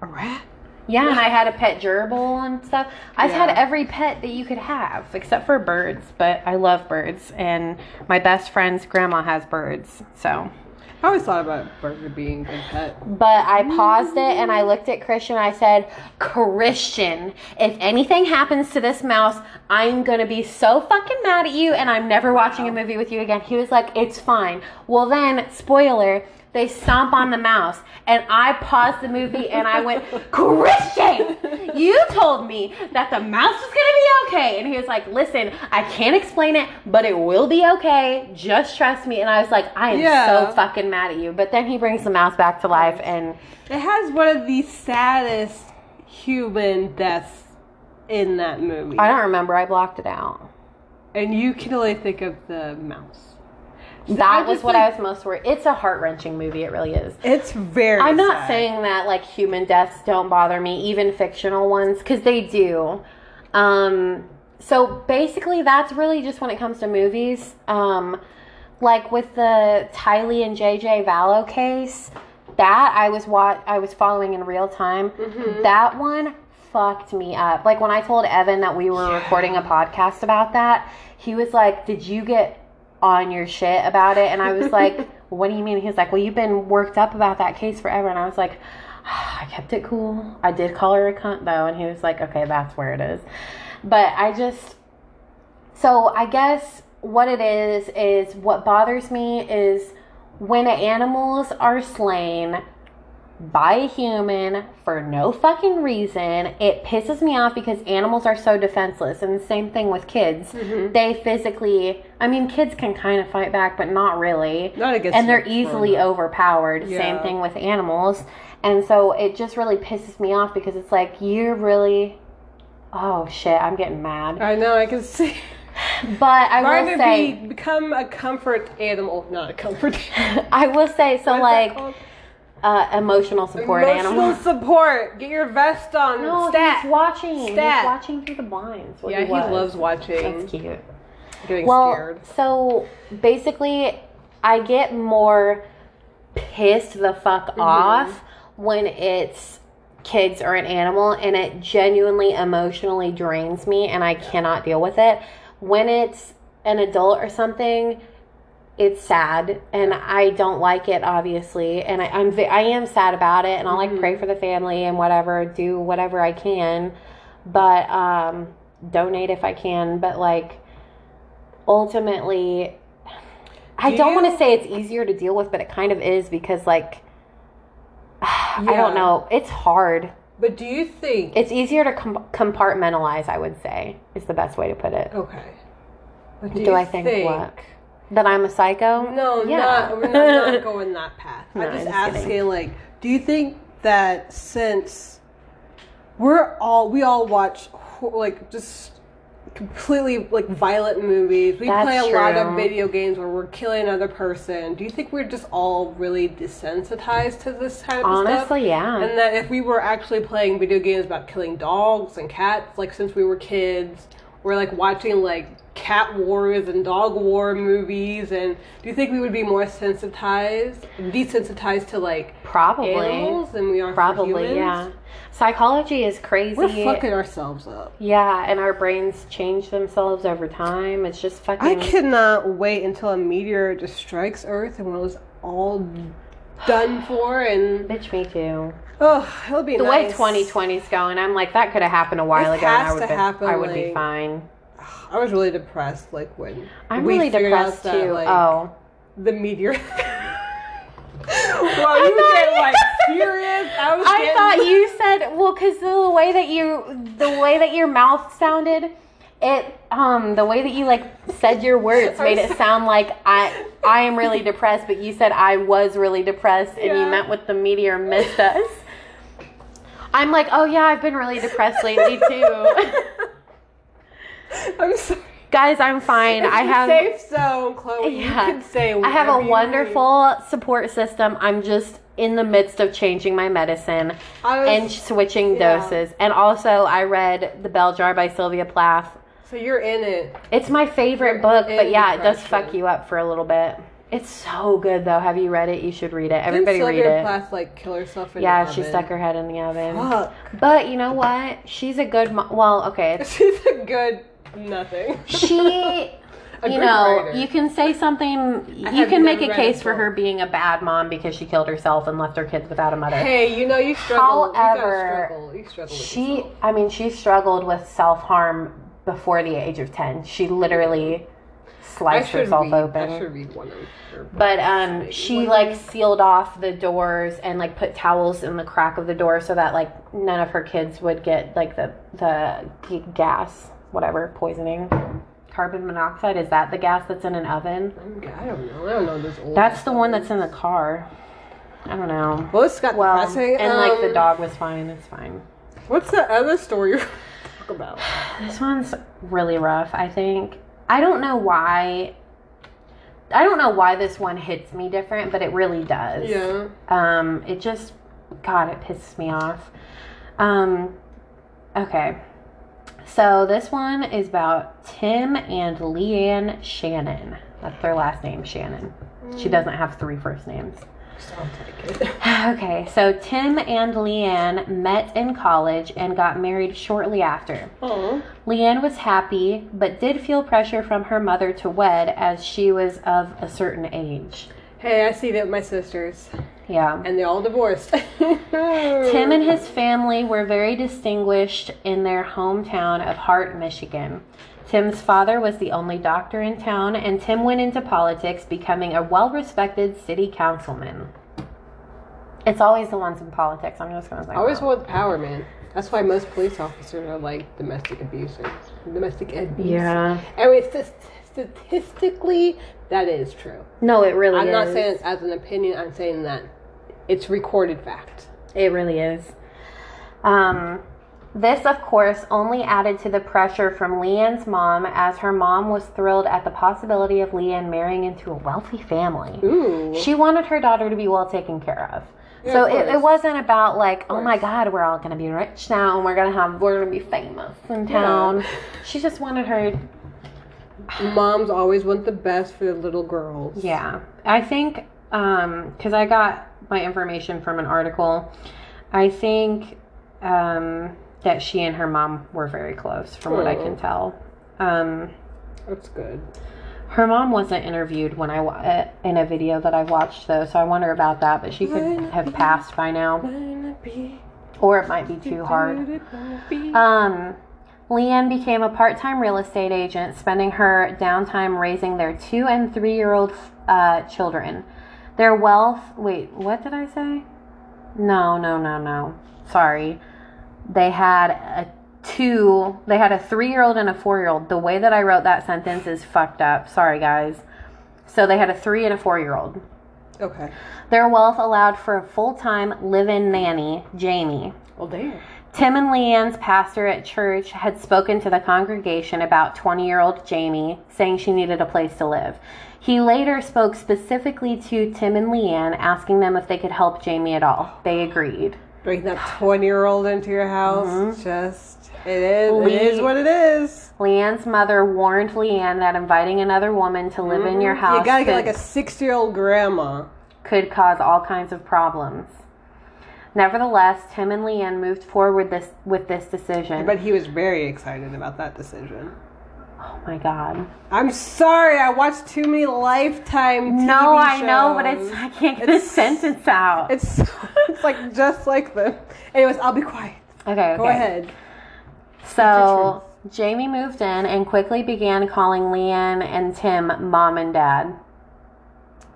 [SPEAKER 2] a rat.
[SPEAKER 1] Yeah, and I had a pet gerbil and stuff. I've
[SPEAKER 2] Yeah.
[SPEAKER 1] had every pet that you could have, except for birds, but I love birds. And my best friend's grandma has birds, so.
[SPEAKER 2] I always thought about Burger being a pet.
[SPEAKER 1] But I paused it and I looked at Christian and I said, Christian, if anything happens to this mouse, I'm gonna be so fucking mad at you and I'm never watching a movie with you again. He was like, It's fine. Well, then, spoiler, they stomp on the mouse and I paused the movie and I went, Christian, you told me that the mouse was gonna be okay. And he was like, Listen, I can't explain it, but it will be okay. Just trust me. And I was like, I am
[SPEAKER 2] Yeah.
[SPEAKER 1] so fucking mad at you. But then he brings the mouse back to life, and
[SPEAKER 2] It has one of the saddest human deaths in that movie.
[SPEAKER 1] I don't remember. I blocked it out.
[SPEAKER 2] and you can only think of the mouse.
[SPEAKER 1] That
[SPEAKER 2] I
[SPEAKER 1] was
[SPEAKER 2] just,
[SPEAKER 1] what I
[SPEAKER 2] like-
[SPEAKER 1] was most worried. It's a heart wrenching movie. It really is.
[SPEAKER 2] It's very.
[SPEAKER 1] I'm not
[SPEAKER 2] sad.
[SPEAKER 1] saying that like human deaths don't bother me, even fictional ones, because they do. Um, so basically, that's really just when it comes to movies. Um, like with the Tylee and JJ Vallow case, that I was what I was following in real time.
[SPEAKER 2] Mm-hmm.
[SPEAKER 1] That one fucked me up. Like when I told Evan that we were recording a podcast about that, he was like, "Did you get on your shit about it?" And I was like, "What do you mean?" He's like, "Well, you've been worked up about that case forever." And I was like, "I kept it cool. I did call her a cunt though." And he was like, "Okay, that's where it is." But I just so I guess what it is is what bothers me is when animals are slain by a human for no fucking reason, it pisses me off because animals are so defenseless. And the same thing with kids.
[SPEAKER 2] Mm-hmm.
[SPEAKER 1] They physically, I mean, kids can kind of fight back, but not really.
[SPEAKER 2] Not against
[SPEAKER 1] and they're
[SPEAKER 2] your
[SPEAKER 1] easily
[SPEAKER 2] trauma.
[SPEAKER 1] overpowered. Same
[SPEAKER 2] Yeah.
[SPEAKER 1] thing with animals. And so it just really pisses me off because it's like, you're really. Oh shit, I'm getting mad.
[SPEAKER 2] I know. I can see.
[SPEAKER 1] But I
[SPEAKER 2] Rather
[SPEAKER 1] will say,
[SPEAKER 2] be become a comfort animal, not a comfort.
[SPEAKER 1] I will say, so like uh, emotional support
[SPEAKER 2] emotional
[SPEAKER 1] animal.
[SPEAKER 2] support. Get your vest on.
[SPEAKER 1] No,
[SPEAKER 2] stat.
[SPEAKER 1] he's watching.
[SPEAKER 2] Stat.
[SPEAKER 1] He's watching through the blinds. what
[SPEAKER 2] yeah, he
[SPEAKER 1] was.
[SPEAKER 2] loves watching.
[SPEAKER 1] That's cute.
[SPEAKER 2] Getting
[SPEAKER 1] Well,
[SPEAKER 2] scared.
[SPEAKER 1] so basically, I get more pissed the fuck
[SPEAKER 2] Mm-hmm.
[SPEAKER 1] off when it's kids or an animal, and it genuinely emotionally drains me, and I cannot deal with it. When it's an adult or something, it's sad, and I don't like it, obviously, and I, I'm ve- I am sad about it, and I'll
[SPEAKER 2] Mm-hmm.
[SPEAKER 1] like pray for the family and whatever, do whatever I can, but um, donate if I can, but like ultimately I
[SPEAKER 2] Do
[SPEAKER 1] don't want
[SPEAKER 2] you-
[SPEAKER 1] to say it's easier to deal with, but it kind of is because like I
[SPEAKER 2] Yeah.
[SPEAKER 1] don't know, it's hard.
[SPEAKER 2] But do you think?
[SPEAKER 1] It's easier to com- compartmentalize, I would say, is the best way to put it.
[SPEAKER 2] okay. But
[SPEAKER 1] Do I think what? That I'm a psycho?
[SPEAKER 2] No,
[SPEAKER 1] Yeah.
[SPEAKER 2] not, we're not, not going that path.
[SPEAKER 1] No,
[SPEAKER 2] I'm
[SPEAKER 1] I'm
[SPEAKER 2] just
[SPEAKER 1] just
[SPEAKER 2] asking,
[SPEAKER 1] kidding.
[SPEAKER 2] like, do you think that since we're all we all watch ho- like just completely like violent movies, we
[SPEAKER 1] That's
[SPEAKER 2] play a lot of
[SPEAKER 1] true.
[SPEAKER 2] video games where we're killing another person. Do you think we're just all really desensitized to this type of stuff?
[SPEAKER 1] Honestly, yeah.
[SPEAKER 2] And that if we were actually playing video games about killing dogs and cats, like since we were kids, or like watching like cat wars and dog war movies, and do you think we would be more sensitized, desensitized to like
[SPEAKER 1] Probably.
[SPEAKER 2] animals than we are for
[SPEAKER 1] Probably,
[SPEAKER 2] humans?
[SPEAKER 1] yeah. Psychology is crazy.
[SPEAKER 2] We're fucking ourselves up.
[SPEAKER 1] yeah, and our brains change themselves over time. It's just fucking
[SPEAKER 2] I cannot wait until a meteor just strikes Earth and we're just all done for and
[SPEAKER 1] Bitch, me too.
[SPEAKER 2] oh, it'll be
[SPEAKER 1] The way
[SPEAKER 2] nice.
[SPEAKER 1] 2020's going, I'm like that could have happened a while
[SPEAKER 2] It
[SPEAKER 1] ago. And I
[SPEAKER 2] has
[SPEAKER 1] would
[SPEAKER 2] to
[SPEAKER 1] been,
[SPEAKER 2] happen,
[SPEAKER 1] I would be
[SPEAKER 2] like-
[SPEAKER 1] fine.
[SPEAKER 2] I was really depressed, like when
[SPEAKER 1] I'm
[SPEAKER 2] we
[SPEAKER 1] really
[SPEAKER 2] figured out
[SPEAKER 1] depressed
[SPEAKER 2] that,
[SPEAKER 1] too.
[SPEAKER 2] like,
[SPEAKER 1] oh,
[SPEAKER 2] the meteor.
[SPEAKER 1] I
[SPEAKER 2] well, you were
[SPEAKER 1] thought-
[SPEAKER 2] getting like serious. I was.
[SPEAKER 1] I
[SPEAKER 2] getting-
[SPEAKER 1] thought you said well because the way that you the way that your mouth sounded, it um the way that you like said your words
[SPEAKER 2] I'm
[SPEAKER 1] made it
[SPEAKER 2] sorry.
[SPEAKER 1] sound like I I am really depressed, but you said I was really depressed and you
[SPEAKER 2] Yeah.
[SPEAKER 1] meant with the meteor missed us. I'm like, oh yeah, I've been really depressed lately too.
[SPEAKER 2] I'm sorry.
[SPEAKER 1] Guys, I'm fine.
[SPEAKER 2] It's
[SPEAKER 1] I
[SPEAKER 2] a
[SPEAKER 1] have
[SPEAKER 2] safe zone, Chloe. You
[SPEAKER 1] Yeah.
[SPEAKER 2] can say.
[SPEAKER 1] I have
[SPEAKER 2] whatever
[SPEAKER 1] a
[SPEAKER 2] you
[SPEAKER 1] wonderful support system. I'm just in the midst of changing my medicine
[SPEAKER 2] need. I was,
[SPEAKER 1] and switching
[SPEAKER 2] yeah.
[SPEAKER 1] doses. And also, I read The Bell Jar by Sylvia Plath.
[SPEAKER 2] so you're in it.
[SPEAKER 1] It's my favorite book, but
[SPEAKER 2] in
[SPEAKER 1] yeah, it does
[SPEAKER 2] depression.
[SPEAKER 1] fuck you up for a little bit. It's so good though. Have you read it? You should read it. Everybody
[SPEAKER 2] Didn't
[SPEAKER 1] read
[SPEAKER 2] Sylvia
[SPEAKER 1] it.
[SPEAKER 2] Plath like kill herself in
[SPEAKER 1] yeah,
[SPEAKER 2] the
[SPEAKER 1] she
[SPEAKER 2] oven?
[SPEAKER 1] stuck her head in the oven.
[SPEAKER 2] Fuck.
[SPEAKER 1] But you know what? She's a good mom. Well, okay. it's-
[SPEAKER 2] She's a good nothing.
[SPEAKER 1] She
[SPEAKER 2] A
[SPEAKER 1] you
[SPEAKER 2] good
[SPEAKER 1] know,
[SPEAKER 2] writer.
[SPEAKER 1] you can say something. You
[SPEAKER 2] have
[SPEAKER 1] can make
[SPEAKER 2] never
[SPEAKER 1] a
[SPEAKER 2] read
[SPEAKER 1] case
[SPEAKER 2] a
[SPEAKER 1] for
[SPEAKER 2] book.
[SPEAKER 1] her being a bad mom because she killed herself and left her kids without a mother.
[SPEAKER 2] Hey, you know you struggle.
[SPEAKER 1] However,
[SPEAKER 2] you gotta struggle. You struggle. With
[SPEAKER 1] she, I mean, she struggled with self harm before the age of ten. She literally
[SPEAKER 2] I
[SPEAKER 1] sliced
[SPEAKER 2] should
[SPEAKER 1] herself
[SPEAKER 2] read,
[SPEAKER 1] open.
[SPEAKER 2] I should read one of her. books.
[SPEAKER 1] But um, she like sealed off the doors and like put towels in the crack of the door so that like none of her kids would get like the the g- gas, whatever poisoning, carbon monoxide. Is that the gas that's in an oven?
[SPEAKER 2] I'm- I don't know. I don't know this old.
[SPEAKER 1] That's the one that's in the car. I don't know.
[SPEAKER 2] Well, it's got
[SPEAKER 1] Well,
[SPEAKER 2] depressing.
[SPEAKER 1] and like the
[SPEAKER 2] um,
[SPEAKER 1] dog was fine. It's fine.
[SPEAKER 2] What's the other story you're talking about?
[SPEAKER 1] This one's really rough. I think I don't know why. I don't know why this one hits me different, but it really does.
[SPEAKER 2] Yeah.
[SPEAKER 1] Um, it just, God, it pisses me off. Um, okay. So this one is about Tim and Leanne Shannon. That's their last name, Shannon.
[SPEAKER 2] Mm.
[SPEAKER 1] She doesn't have three first names.
[SPEAKER 2] Sounds like it.
[SPEAKER 1] Okay, so Tim and Leanne met in college and got married shortly after.
[SPEAKER 2] Oh.
[SPEAKER 1] Leanne was happy, but did feel pressure from her mother to wed as she was of a certain age.
[SPEAKER 2] Hey, I see that my sisters,
[SPEAKER 1] Yeah.
[SPEAKER 2] and they're all divorced. Tim
[SPEAKER 1] Tim and his family were very distinguished in their hometown of Hart, Michigan. Tim's father was the only doctor in town, and Tim went into politics, becoming a well respected city councilman. It's always the ones in politics. I'm just going to say.
[SPEAKER 2] I always
[SPEAKER 1] that.
[SPEAKER 2] want power, man. That's why most police officers are like domestic abusers, domestic abuse.
[SPEAKER 1] Yeah.
[SPEAKER 2] And it's just statistically, that is true.
[SPEAKER 1] No, it really
[SPEAKER 2] I'm
[SPEAKER 1] is.
[SPEAKER 2] not saying it as an opinion. I'm saying that it's recorded fact.
[SPEAKER 1] It really is. Um, this, of course, only added to the pressure from Leanne's mom, as her mom was thrilled at the possibility of Leanne marrying into a wealthy family.
[SPEAKER 2] Ooh.
[SPEAKER 1] She wanted her daughter to be well taken care of.
[SPEAKER 2] Yeah,
[SPEAKER 1] so
[SPEAKER 2] of
[SPEAKER 1] it, it
[SPEAKER 2] course.
[SPEAKER 1] wasn't about like, oh my
[SPEAKER 2] course.
[SPEAKER 1] God, we're all gonna be rich now and we're gonna have we're gonna be famous in town. She just wanted her
[SPEAKER 2] Moms always want the best for their little girls.
[SPEAKER 1] Yeah, I think um because I got my information from an article. I think um, that she and her mom were very close, from what I
[SPEAKER 2] Oh.
[SPEAKER 1] can tell. Um,
[SPEAKER 2] That's good.
[SPEAKER 1] her mom wasn't interviewed when I wa- uh, in a video that I watched though, so I wonder about that. But she could have passed by now, or it might be too hard. Um, Leanne became a part time real estate agent, spending her downtime raising their two and three year old uh, children. Their wealth. Wait, what did I say? No, no, no, no. Sorry. They had a two, they had a three year old and a four year old. The way that I wrote that sentence is fucked up. Sorry, guys. So they had a three and a four year old.
[SPEAKER 2] Okay.
[SPEAKER 1] Their wealth allowed for a full time live in nanny, Jamie.
[SPEAKER 2] Well, damn.
[SPEAKER 1] Tim and Leanne's pastor at church had spoken to the congregation about 20 year old Jamie, saying she needed a place to live. He later spoke specifically to Tim and Leanne, asking them if they could help Jamie at all. They agreed.
[SPEAKER 2] Bring that 20 year old into your house.
[SPEAKER 1] Mm-hmm.
[SPEAKER 2] Just, it is, it is
[SPEAKER 1] Lee-
[SPEAKER 2] what it is.
[SPEAKER 1] Leanne's mother warned Leanne that inviting another woman to live in your house
[SPEAKER 2] Mm-hmm. You gotta get
[SPEAKER 1] could-
[SPEAKER 2] like a 60 year old grandma.
[SPEAKER 1] could cause all kinds of problems. Nevertheless, Tim and Leanne moved forward this, with this decision.
[SPEAKER 2] But he was very excited about that decision.
[SPEAKER 1] Oh my god.
[SPEAKER 2] I'm sorry, I watched too many Lifetime TV
[SPEAKER 1] no, I know, but
[SPEAKER 2] shows.
[SPEAKER 1] it's I can't get a sentence out.
[SPEAKER 2] It's it's like just like them. Anyways, I'll be quiet.
[SPEAKER 1] okay, okay.
[SPEAKER 2] Go ahead.
[SPEAKER 1] So Jamie moved in and quickly began calling Leanne and Tim mom and dad.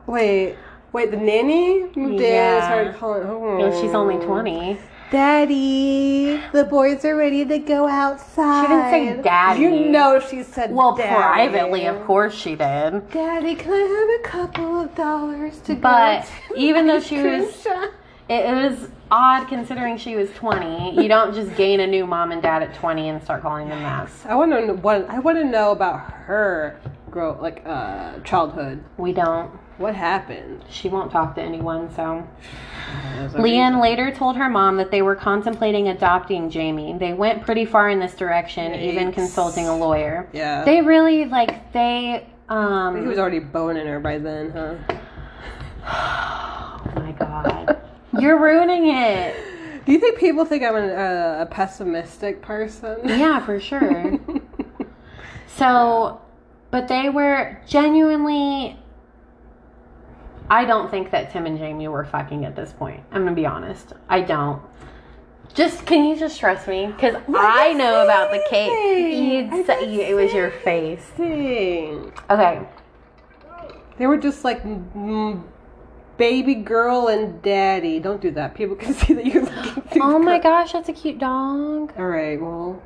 [SPEAKER 2] Wait, wait. The nanny moved in.
[SPEAKER 1] Yeah.
[SPEAKER 2] and Started calling. Oh.
[SPEAKER 1] And she's only twenty.
[SPEAKER 2] Daddy, the boys are ready to go outside.
[SPEAKER 1] say daddy.
[SPEAKER 2] You know she said
[SPEAKER 1] Well,
[SPEAKER 2] daddy.
[SPEAKER 1] privately, of course, she did.
[SPEAKER 2] Daddy, can I have a couple of dollars to
[SPEAKER 1] But
[SPEAKER 2] go? to
[SPEAKER 1] even
[SPEAKER 2] the
[SPEAKER 1] though she
[SPEAKER 2] ice
[SPEAKER 1] was-
[SPEAKER 2] cream shop?
[SPEAKER 1] It was odd considering she was twenty. You don't just gain a new mom and dad at twenty and start calling them that.
[SPEAKER 2] I want to know what I want to know about her grow like uh childhood.
[SPEAKER 1] We don't.
[SPEAKER 2] What happened?
[SPEAKER 1] She won't talk to anyone, so. Leanne later told her mom that they were contemplating adopting Jamie. They went pretty far in this direction, even
[SPEAKER 2] Yikes.
[SPEAKER 1] consulting a lawyer.
[SPEAKER 2] Yeah.
[SPEAKER 1] They really like they
[SPEAKER 2] he
[SPEAKER 1] um
[SPEAKER 2] was already boning her by then, huh?
[SPEAKER 1] Oh my god. You're ruining it.
[SPEAKER 2] Do you think people think I'm an, uh, a pessimistic person?
[SPEAKER 1] Yeah, for sure. So, but they were genuinely I don't think that Tim and Jamie were fucking at this point. I'm going to be honest. I don't. Just can you just trust me cuz I
[SPEAKER 2] you
[SPEAKER 1] know about the
[SPEAKER 2] say
[SPEAKER 1] cake.
[SPEAKER 2] anything?
[SPEAKER 1] You'd
[SPEAKER 2] I
[SPEAKER 1] say
[SPEAKER 2] didn't
[SPEAKER 1] you, it was
[SPEAKER 2] say
[SPEAKER 1] your face.
[SPEAKER 2] Dang.
[SPEAKER 1] Okay.
[SPEAKER 2] They were just like mm, baby girl and daddy. Don't do that. People can see that you're looking through
[SPEAKER 1] Oh
[SPEAKER 2] the-
[SPEAKER 1] my gosh, that's a cute dog.
[SPEAKER 2] All right, well.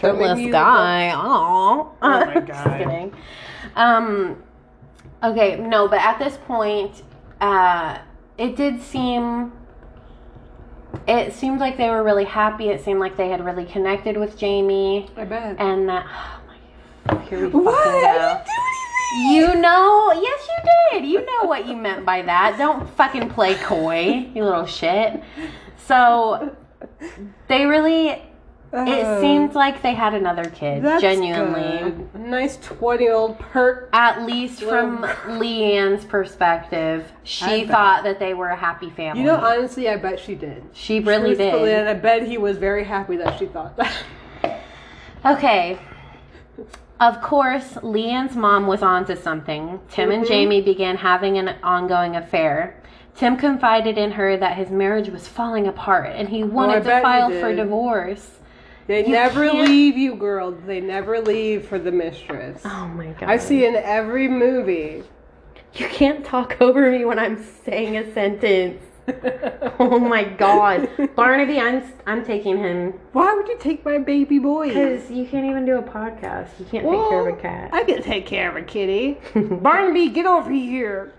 [SPEAKER 2] Don't make
[SPEAKER 1] Shirtless
[SPEAKER 2] me
[SPEAKER 1] guy. Aww.
[SPEAKER 2] Oh my
[SPEAKER 1] Just
[SPEAKER 2] God.
[SPEAKER 1] kidding. Um, okay, no, but at this point, uh, it did seem. It seemed like they were really happy. It seemed like they had really connected with Jamie,
[SPEAKER 2] I bet.
[SPEAKER 1] and that. Oh my, here we fucking go.
[SPEAKER 2] what? I didn't do anything.
[SPEAKER 1] You know, yes, you did. You know what you meant by that. Don't fucking play coy, you little shit. So they really. It
[SPEAKER 2] Oh,
[SPEAKER 1] seemed like they had another kid,
[SPEAKER 2] that's
[SPEAKER 1] genuinely.
[SPEAKER 2] good. A nice 20 year old perk.
[SPEAKER 1] At least from
[SPEAKER 2] Well-
[SPEAKER 1] Leanne's perspective,
[SPEAKER 2] I
[SPEAKER 1] she
[SPEAKER 2] bet.
[SPEAKER 1] thought that they were a happy family.
[SPEAKER 2] You know, honestly, I bet she did.
[SPEAKER 1] Mm-hmm. she really
[SPEAKER 2] Truthfully,
[SPEAKER 1] did.
[SPEAKER 2] And I bet he was very happy that she thought that. uh,
[SPEAKER 1] Okay. Of course, Leanne's mom was onto something. Tim and
[SPEAKER 2] Mm-hmm.
[SPEAKER 1] Jamie began having an ongoing affair. Tim confided in her that his marriage was falling apart and he
[SPEAKER 2] Oh, I
[SPEAKER 1] wanted
[SPEAKER 2] bet
[SPEAKER 1] to
[SPEAKER 2] he
[SPEAKER 1] file for
[SPEAKER 2] did.
[SPEAKER 1] divorce.
[SPEAKER 2] They
[SPEAKER 1] You
[SPEAKER 2] never
[SPEAKER 1] can't-
[SPEAKER 2] leave you, girl. They never leave for the mistress.
[SPEAKER 1] Oh my god.
[SPEAKER 2] I see in every movie.
[SPEAKER 1] You can't talk over me when I'm saying a sentence. Oh my god. Barnaby, I'm I'm taking him
[SPEAKER 2] Why would you take my baby boy?
[SPEAKER 1] because you can't even do a podcast. You can't take
[SPEAKER 2] Well,
[SPEAKER 1] care of a cat.
[SPEAKER 2] I can take care of a kitty. Barnaby, get over here.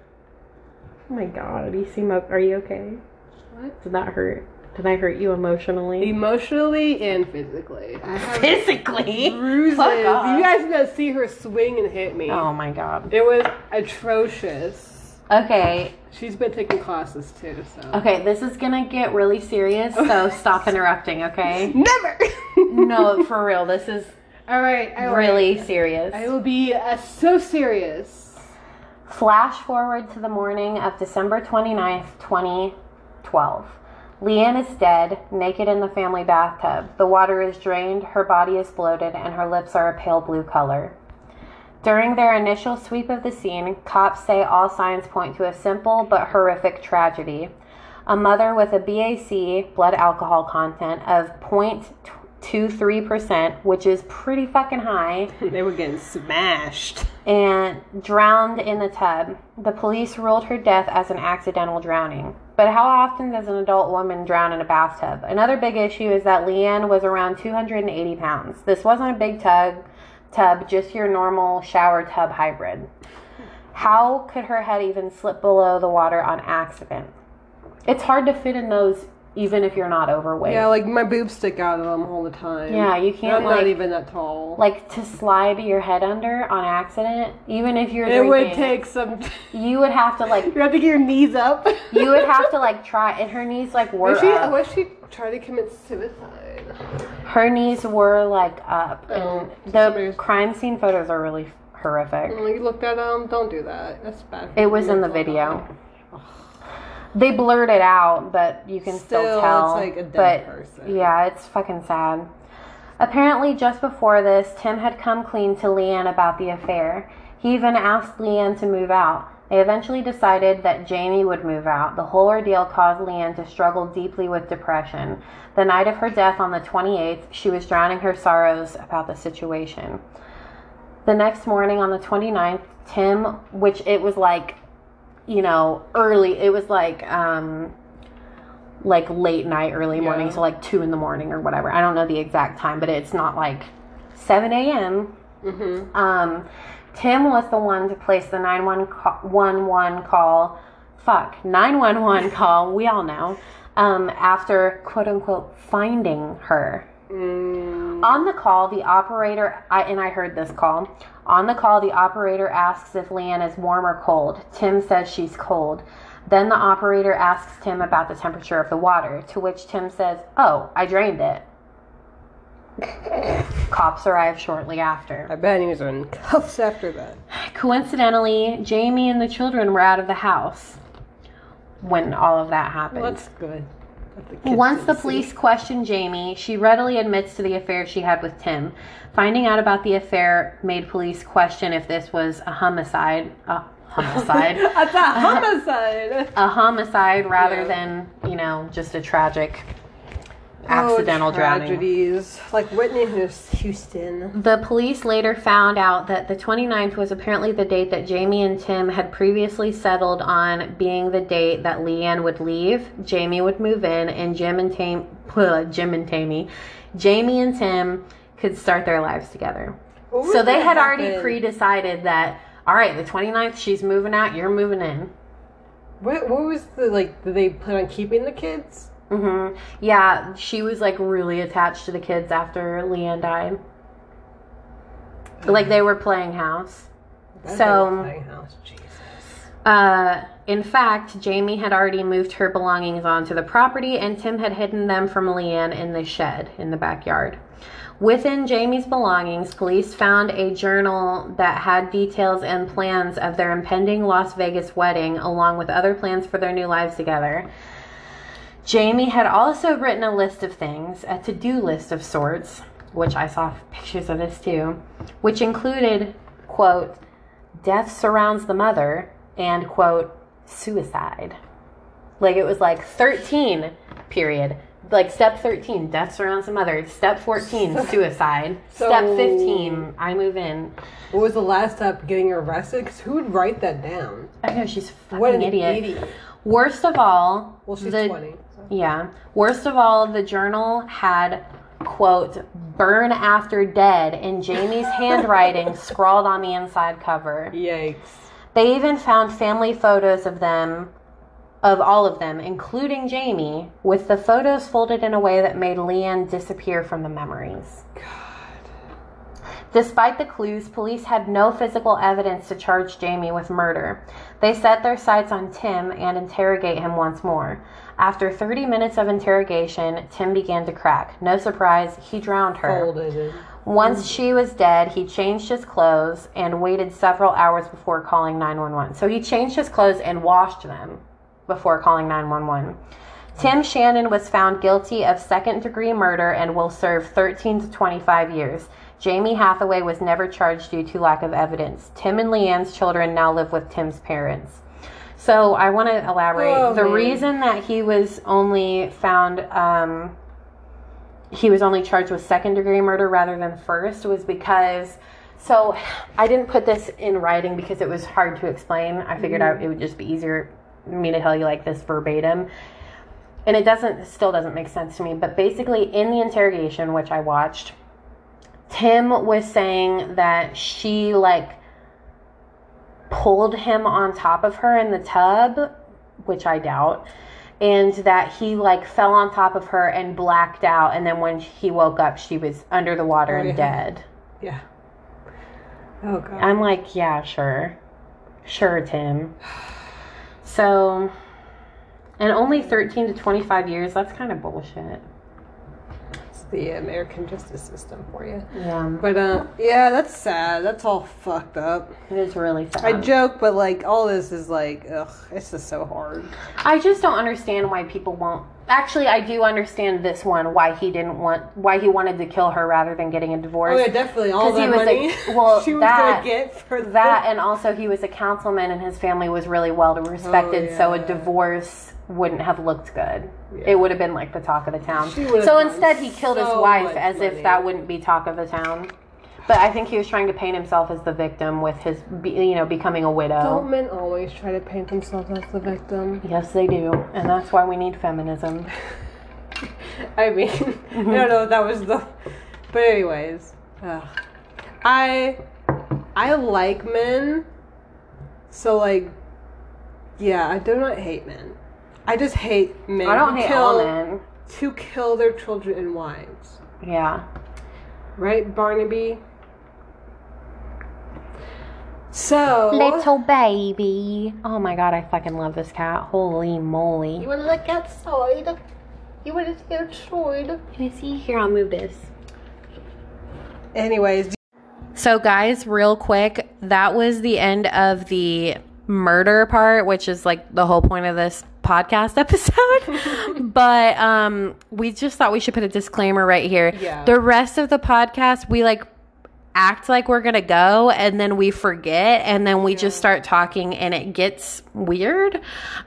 [SPEAKER 1] oh my god, you seem up. Are you okay?
[SPEAKER 2] What?
[SPEAKER 1] Did that hurt? Did I hurt you emotionally?
[SPEAKER 2] Emotionally and physically. I have
[SPEAKER 1] Physically?
[SPEAKER 2] bruises. You
[SPEAKER 1] Fuck off.
[SPEAKER 2] guys gotta see her swing and hit me.
[SPEAKER 1] Oh my god.
[SPEAKER 2] It was atrocious.
[SPEAKER 1] Okay,
[SPEAKER 2] She's been taking classes too, so.
[SPEAKER 1] okay, this is gonna get really serious, so stop interrupting, okay?
[SPEAKER 2] Never!
[SPEAKER 1] No, for real, this is
[SPEAKER 2] Alright, I
[SPEAKER 1] really serious.
[SPEAKER 2] I will be uh, so serious.
[SPEAKER 1] Flash forward to the morning of December 29th, 2012. Leanne is dead, naked in the family bathtub. The water is drained, her body is bloated, and her lips are a pale blue color. During their initial sweep of the scene, cops say all signs point to a simple but horrific tragedy. A mother with a BAC, blood alcohol content, of 0.23%, which is pretty fucking high,
[SPEAKER 2] They were getting smashed.
[SPEAKER 1] and drowned in the tub. The police ruled her death as an accidental drowning. But how often does an adult woman drown in a bathtub? Another big issue is that Leanne was around 280 pounds. This wasn't a big tub, tub just your normal shower tub hybrid. How could her head even slip below the water on accident? It's hard to fit in those even if you're not overweight.
[SPEAKER 2] Yeah, like my boobs stick out of them all the time.
[SPEAKER 1] Yeah, you
[SPEAKER 2] And I'm
[SPEAKER 1] can't like,
[SPEAKER 2] not even that tall.
[SPEAKER 1] like to slide your head under on accident, even if you're
[SPEAKER 2] it
[SPEAKER 1] drinking
[SPEAKER 2] would take some.
[SPEAKER 1] you would have to like
[SPEAKER 2] you have to get your knees up.
[SPEAKER 1] you would have to like try and her knees like were
[SPEAKER 2] What if she,
[SPEAKER 1] up.
[SPEAKER 2] what if she tried to commit suicide?
[SPEAKER 1] her knees were like up
[SPEAKER 2] Oh,
[SPEAKER 1] and the
[SPEAKER 2] somebody's-
[SPEAKER 1] crime scene photos are really horrific
[SPEAKER 2] Like, look that um, don't do that. That's bad. for
[SPEAKER 1] it
[SPEAKER 2] your
[SPEAKER 1] was in the
[SPEAKER 2] mental
[SPEAKER 1] video
[SPEAKER 2] health.
[SPEAKER 1] they blurred it out but you can still,
[SPEAKER 2] Still,
[SPEAKER 1] tell
[SPEAKER 2] it's like a dead
[SPEAKER 1] but
[SPEAKER 2] person.
[SPEAKER 1] yeah it's fucking sad Apparently, just before this, Tim had come clean to Leanne about the affair. He even asked Leanne to move out. They eventually decided that Jamie would move out. The whole ordeal caused Leanne to struggle deeply with depression. The night of her death on the 28th, she was drowning her sorrows about the situation. The next morning on the 29th, Tim, which it was like, you know, early, it was like, um, like late night, early morning,
[SPEAKER 2] Yeah.
[SPEAKER 1] so like two in the morning or whatever. I don't know the exact time, but it's not like 7 a.m.
[SPEAKER 2] Mm-hmm.
[SPEAKER 1] Um, Tim was the one to place the 911 call. Fuck, 911 call, we all know. Um, after quote unquote finding her.
[SPEAKER 2] Mm,
[SPEAKER 1] On the call, the operator, I, and I heard this call. On the call, the operator asks if Leanne is warm or cold. Tim says she's cold. Then the operator asks Tim about the temperature of the water, to which Tim says, Oh, I drained it. Cops arrive shortly after.
[SPEAKER 2] I bet he was in cuffs after that.
[SPEAKER 1] Coincidentally, Jamie and the children were out of the house when all of that happened.
[SPEAKER 2] Well, that's good. That the kids
[SPEAKER 1] Once the
[SPEAKER 2] didn't see.
[SPEAKER 1] police questioned Jamie, she readily admits to the affair she had with Tim. Finding out about the affair made police question if this was a homicide, a homicide,
[SPEAKER 2] That's a homicide.
[SPEAKER 1] a homicide rather
[SPEAKER 2] Yeah.
[SPEAKER 1] than, you know, just a tragic accidental
[SPEAKER 2] oh,
[SPEAKER 1] drowning.
[SPEAKER 2] tragedies. Like Whitney Hous- Houston.
[SPEAKER 1] The police later found out that the 29th was apparently the date that Jamie and Tim had previously settled on being the date that Leanne would leave, Jamie would move in, and Jim and Tam- Jim and Tammy, Jamie and Tim could start their lives together.
[SPEAKER 2] What was
[SPEAKER 1] So they
[SPEAKER 2] gonna
[SPEAKER 1] had already
[SPEAKER 2] happen?
[SPEAKER 1] pre-decided that all right, the 29th she's moving out, you're moving in.
[SPEAKER 2] What, what was the like? Did they plan on keeping the kids?
[SPEAKER 1] Mhm. Yeah, she was like really attached to the kids after Leanne died. Like they were playing house.
[SPEAKER 2] That's
[SPEAKER 1] So-
[SPEAKER 2] like a tiny house, Jesus.
[SPEAKER 1] Uh, in fact, Jamie had already moved her belongings onto the property, and Tim had hidden them from Leanne in the shed in the backyard. Within Jamie's belongings, police found a journal that had details and plans of their impending Las Vegas wedding, along with other plans for their new lives together. Jamie had also written a list of things, a to do list of sorts, which I saw pictures of this too, which included, quote, death surrounds the mother and quote suicide like it was like 13 period like step 13 death surrounds the mother step 14 suicide
[SPEAKER 2] So-
[SPEAKER 1] step 15 i move in
[SPEAKER 2] What was the last step? Getting arrested? Because who would write that down?
[SPEAKER 1] i know she's a fucking
[SPEAKER 2] What an
[SPEAKER 1] idiot.
[SPEAKER 2] idiot.
[SPEAKER 1] worst of all
[SPEAKER 2] Well, she's
[SPEAKER 1] the-
[SPEAKER 2] twenty. so-
[SPEAKER 1] yeah worst of all the journal had quote burn after dead in jamie's handwriting scrawled on the inside cover
[SPEAKER 2] Yikes!
[SPEAKER 1] They even found family photos of them, of all of them, including Jamie, with the photos folded in a way that made Leanne disappear from the memories. Despite the clues, police had no physical evidence to charge Jamie with murder. They set their sights on Tim and interrogate him once more. After 30 minutes of interrogation, Tim began to crack. No surprise, he drowned her.
[SPEAKER 2] Folded. in.
[SPEAKER 1] Once she was dead, he changed his clothes and waited several hours before calling 911. So he changed his clothes and washed them before calling 911. Tim Shannon was found guilty of second degree murder and will serve 13 to 25 years. Jamie Hathaway was never charged due to lack of evidence. Tim and Leanne's children now live with Tim's parents. So I want to elaborate.
[SPEAKER 2] Oh,
[SPEAKER 1] the
[SPEAKER 2] man.
[SPEAKER 1] reason that he was only found um, he was only charged with second degree murder rather than first was because so I didn't put this in writing because it was hard to explain. I figured out it would just be easier me to tell you like this verbatim. And it doesn't still doesn't make sense to me, but basically in the interrogation which I watched, Tim was saying that she like pulled him on top of her in the tub, which I doubt, and that he like fell on top of her and blacked out. And then when he woke up, she was under the water and
[SPEAKER 2] Yeah.
[SPEAKER 1] dead.
[SPEAKER 2] Yeah. Oh god.
[SPEAKER 1] I'm like, yeah, sure. Sure, Tim. So, and only 13 to 25 years, that's kind of bullshit.
[SPEAKER 2] That's the American justice system for you.
[SPEAKER 1] Yeah,
[SPEAKER 2] But uh, yeah, that's sad. That's all fucked up.
[SPEAKER 1] it is really sad.
[SPEAKER 2] I joke, but like all this is like, ugh, it's just so hard.
[SPEAKER 1] I just don't understand why people won't Actually, I do understand this one why he didn't want why he wanted to kill her rather than getting a divorce.
[SPEAKER 2] Oh yeah, definitely all
[SPEAKER 1] 'Cause he
[SPEAKER 2] that
[SPEAKER 1] was
[SPEAKER 2] money
[SPEAKER 1] like- well,
[SPEAKER 2] she was
[SPEAKER 1] that-
[SPEAKER 2] gonna get for
[SPEAKER 1] That and also he was a councilman and his family was really well respected, so a
[SPEAKER 2] yeah.
[SPEAKER 1] divorce wouldn't have looked good.
[SPEAKER 2] Yeah.
[SPEAKER 1] It would have been like the talk of the town.
[SPEAKER 2] She would have
[SPEAKER 1] So
[SPEAKER 2] gotten
[SPEAKER 1] instead, he killed his
[SPEAKER 2] so
[SPEAKER 1] wife
[SPEAKER 2] much
[SPEAKER 1] as if
[SPEAKER 2] money.
[SPEAKER 1] that wouldn't be talk of the town. But I think he was trying to paint himself as the victim with his, be- you know, becoming a
[SPEAKER 2] Don't
[SPEAKER 1] widow.
[SPEAKER 2] men always try to paint themselves as the victim?
[SPEAKER 1] Yes, they do, and that's why we need feminism.
[SPEAKER 2] I mean, I don't know if that was the. But anyways, ugh. I I like men, so like, yeah, I do not hate men. I just hate men.
[SPEAKER 1] I don't
[SPEAKER 2] who
[SPEAKER 1] hate
[SPEAKER 2] kill,
[SPEAKER 1] all men.
[SPEAKER 2] To kill their children and wives,
[SPEAKER 1] Yeah,
[SPEAKER 2] right, Barnaby? So
[SPEAKER 1] baby. Oh my god, I fucking love this cat. Holy moly!
[SPEAKER 2] wanna look outside? You wanna see outside?
[SPEAKER 1] Can you see here? I'll move this.
[SPEAKER 2] Anyways,
[SPEAKER 1] So, guys, real quick, that was the end of the murder part, which is like the whole point of this podcast episode. but um, we just thought we should put a disclaimer right here.
[SPEAKER 2] Yeah.
[SPEAKER 1] The rest of the podcast, we like act like we're going to go and then we forget and then we just start talking and it gets weird.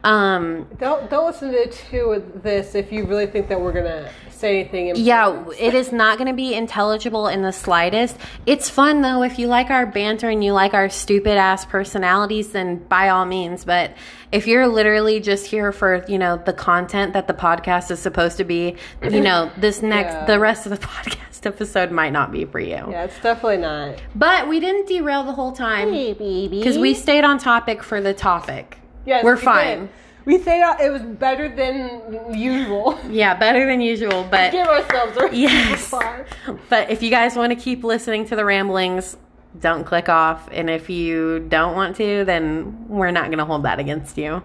[SPEAKER 1] Um,
[SPEAKER 2] Don't don't listen to two with this if you really think that we're gonna say anything. Important.
[SPEAKER 1] Yeah, it is not going to be intelligible in the slightest. It's fun though. If you like our banter and you like our stupid ass personalities, then by all means. But if you're literally just here for you know the content that the podcast is supposed to be, you know this next
[SPEAKER 2] Yeah.
[SPEAKER 1] the rest of the podcast episode might not be for you.
[SPEAKER 2] yeah, it's definitely not.
[SPEAKER 1] But we didn't derail the whole time because we stayed on topic for the topic.
[SPEAKER 2] Yes,
[SPEAKER 1] we're
[SPEAKER 2] we
[SPEAKER 1] fine.
[SPEAKER 2] did. We say that it was better than usual.
[SPEAKER 1] Yeah, better than usual. But
[SPEAKER 2] Give ourselves a
[SPEAKER 1] Yes.
[SPEAKER 2] applause.
[SPEAKER 1] But if you guys want to keep listening to the ramblings, don't click off. And if you don't want to, then we're not going to hold that against you.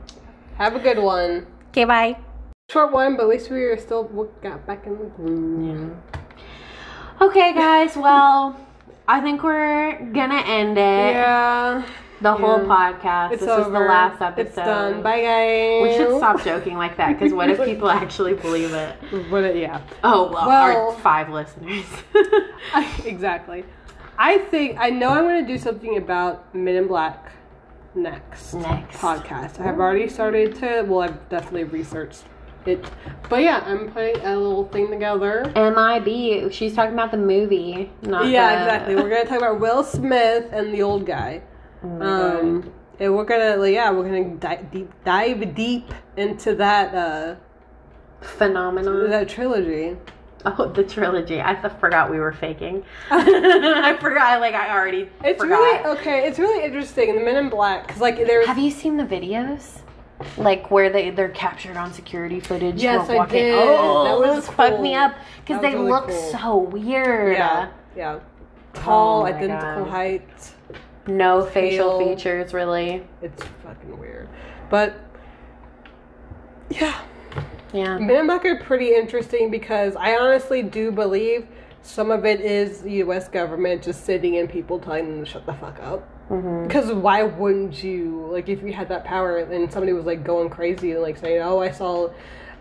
[SPEAKER 2] Have a good one.
[SPEAKER 1] Okay, bye.
[SPEAKER 2] Short one, but at least we were still we got back in the groove.
[SPEAKER 1] Okay, guys. Well, I think we're going to end it.
[SPEAKER 2] Yeah,
[SPEAKER 1] The whole
[SPEAKER 2] Yeah.
[SPEAKER 1] podcast.
[SPEAKER 2] it's
[SPEAKER 1] this
[SPEAKER 2] over.
[SPEAKER 1] is the last episode.
[SPEAKER 2] It's done. Bye, guys.
[SPEAKER 1] We should stop joking like that because what if people actually believe it?
[SPEAKER 2] But it- yeah.
[SPEAKER 1] Oh, well,
[SPEAKER 2] Well-
[SPEAKER 1] our five listeners.
[SPEAKER 2] exactly. I think I know I'm going to do something about Men in Black next,
[SPEAKER 1] Next.
[SPEAKER 2] podcast. I've already started to. Well, I've definitely researched it, but yeah, I'm putting a little thing together.
[SPEAKER 1] MIB. She's talking about the movie, not
[SPEAKER 2] Yeah,
[SPEAKER 1] the-
[SPEAKER 2] exactly. We're going to talk about Will Smith and the old guy.
[SPEAKER 1] Oh
[SPEAKER 2] um, and we're gonna like, yeah, we're gonna di- deep, dive deep into that uh
[SPEAKER 1] Phenomenon.
[SPEAKER 2] that trilogy.
[SPEAKER 1] Oh, the trilogy. I th- forgot we were faking. I forgot. Like I already
[SPEAKER 2] It's
[SPEAKER 1] forgot.
[SPEAKER 2] really okay. It's really interesting. The Men in Black, because like there's
[SPEAKER 1] Have you seen the videos? Like where they they're captured on security footage.
[SPEAKER 2] Yes,
[SPEAKER 1] while
[SPEAKER 2] I
[SPEAKER 1] walking-
[SPEAKER 2] did.
[SPEAKER 1] Oh,
[SPEAKER 2] That was
[SPEAKER 1] those fucked me
[SPEAKER 2] cool.
[SPEAKER 1] up because
[SPEAKER 2] That
[SPEAKER 1] they
[SPEAKER 2] was really
[SPEAKER 1] look
[SPEAKER 2] cool.
[SPEAKER 1] so weird.
[SPEAKER 2] Yeah. Yeah. Tall,
[SPEAKER 1] Oh my
[SPEAKER 2] identical
[SPEAKER 1] God.
[SPEAKER 2] height.
[SPEAKER 1] No facial
[SPEAKER 2] Pale.
[SPEAKER 1] features, really.
[SPEAKER 2] It's fucking weird. But yeah.
[SPEAKER 1] Yeah.
[SPEAKER 2] Men in Black are pretty interesting because I honestly do believe some of it is the US government just sitting in people telling them to shut the fuck up.
[SPEAKER 1] Mm-hmm.
[SPEAKER 2] Because why wouldn't you? Like, if you had that power and somebody was like going crazy and like saying, oh, I saw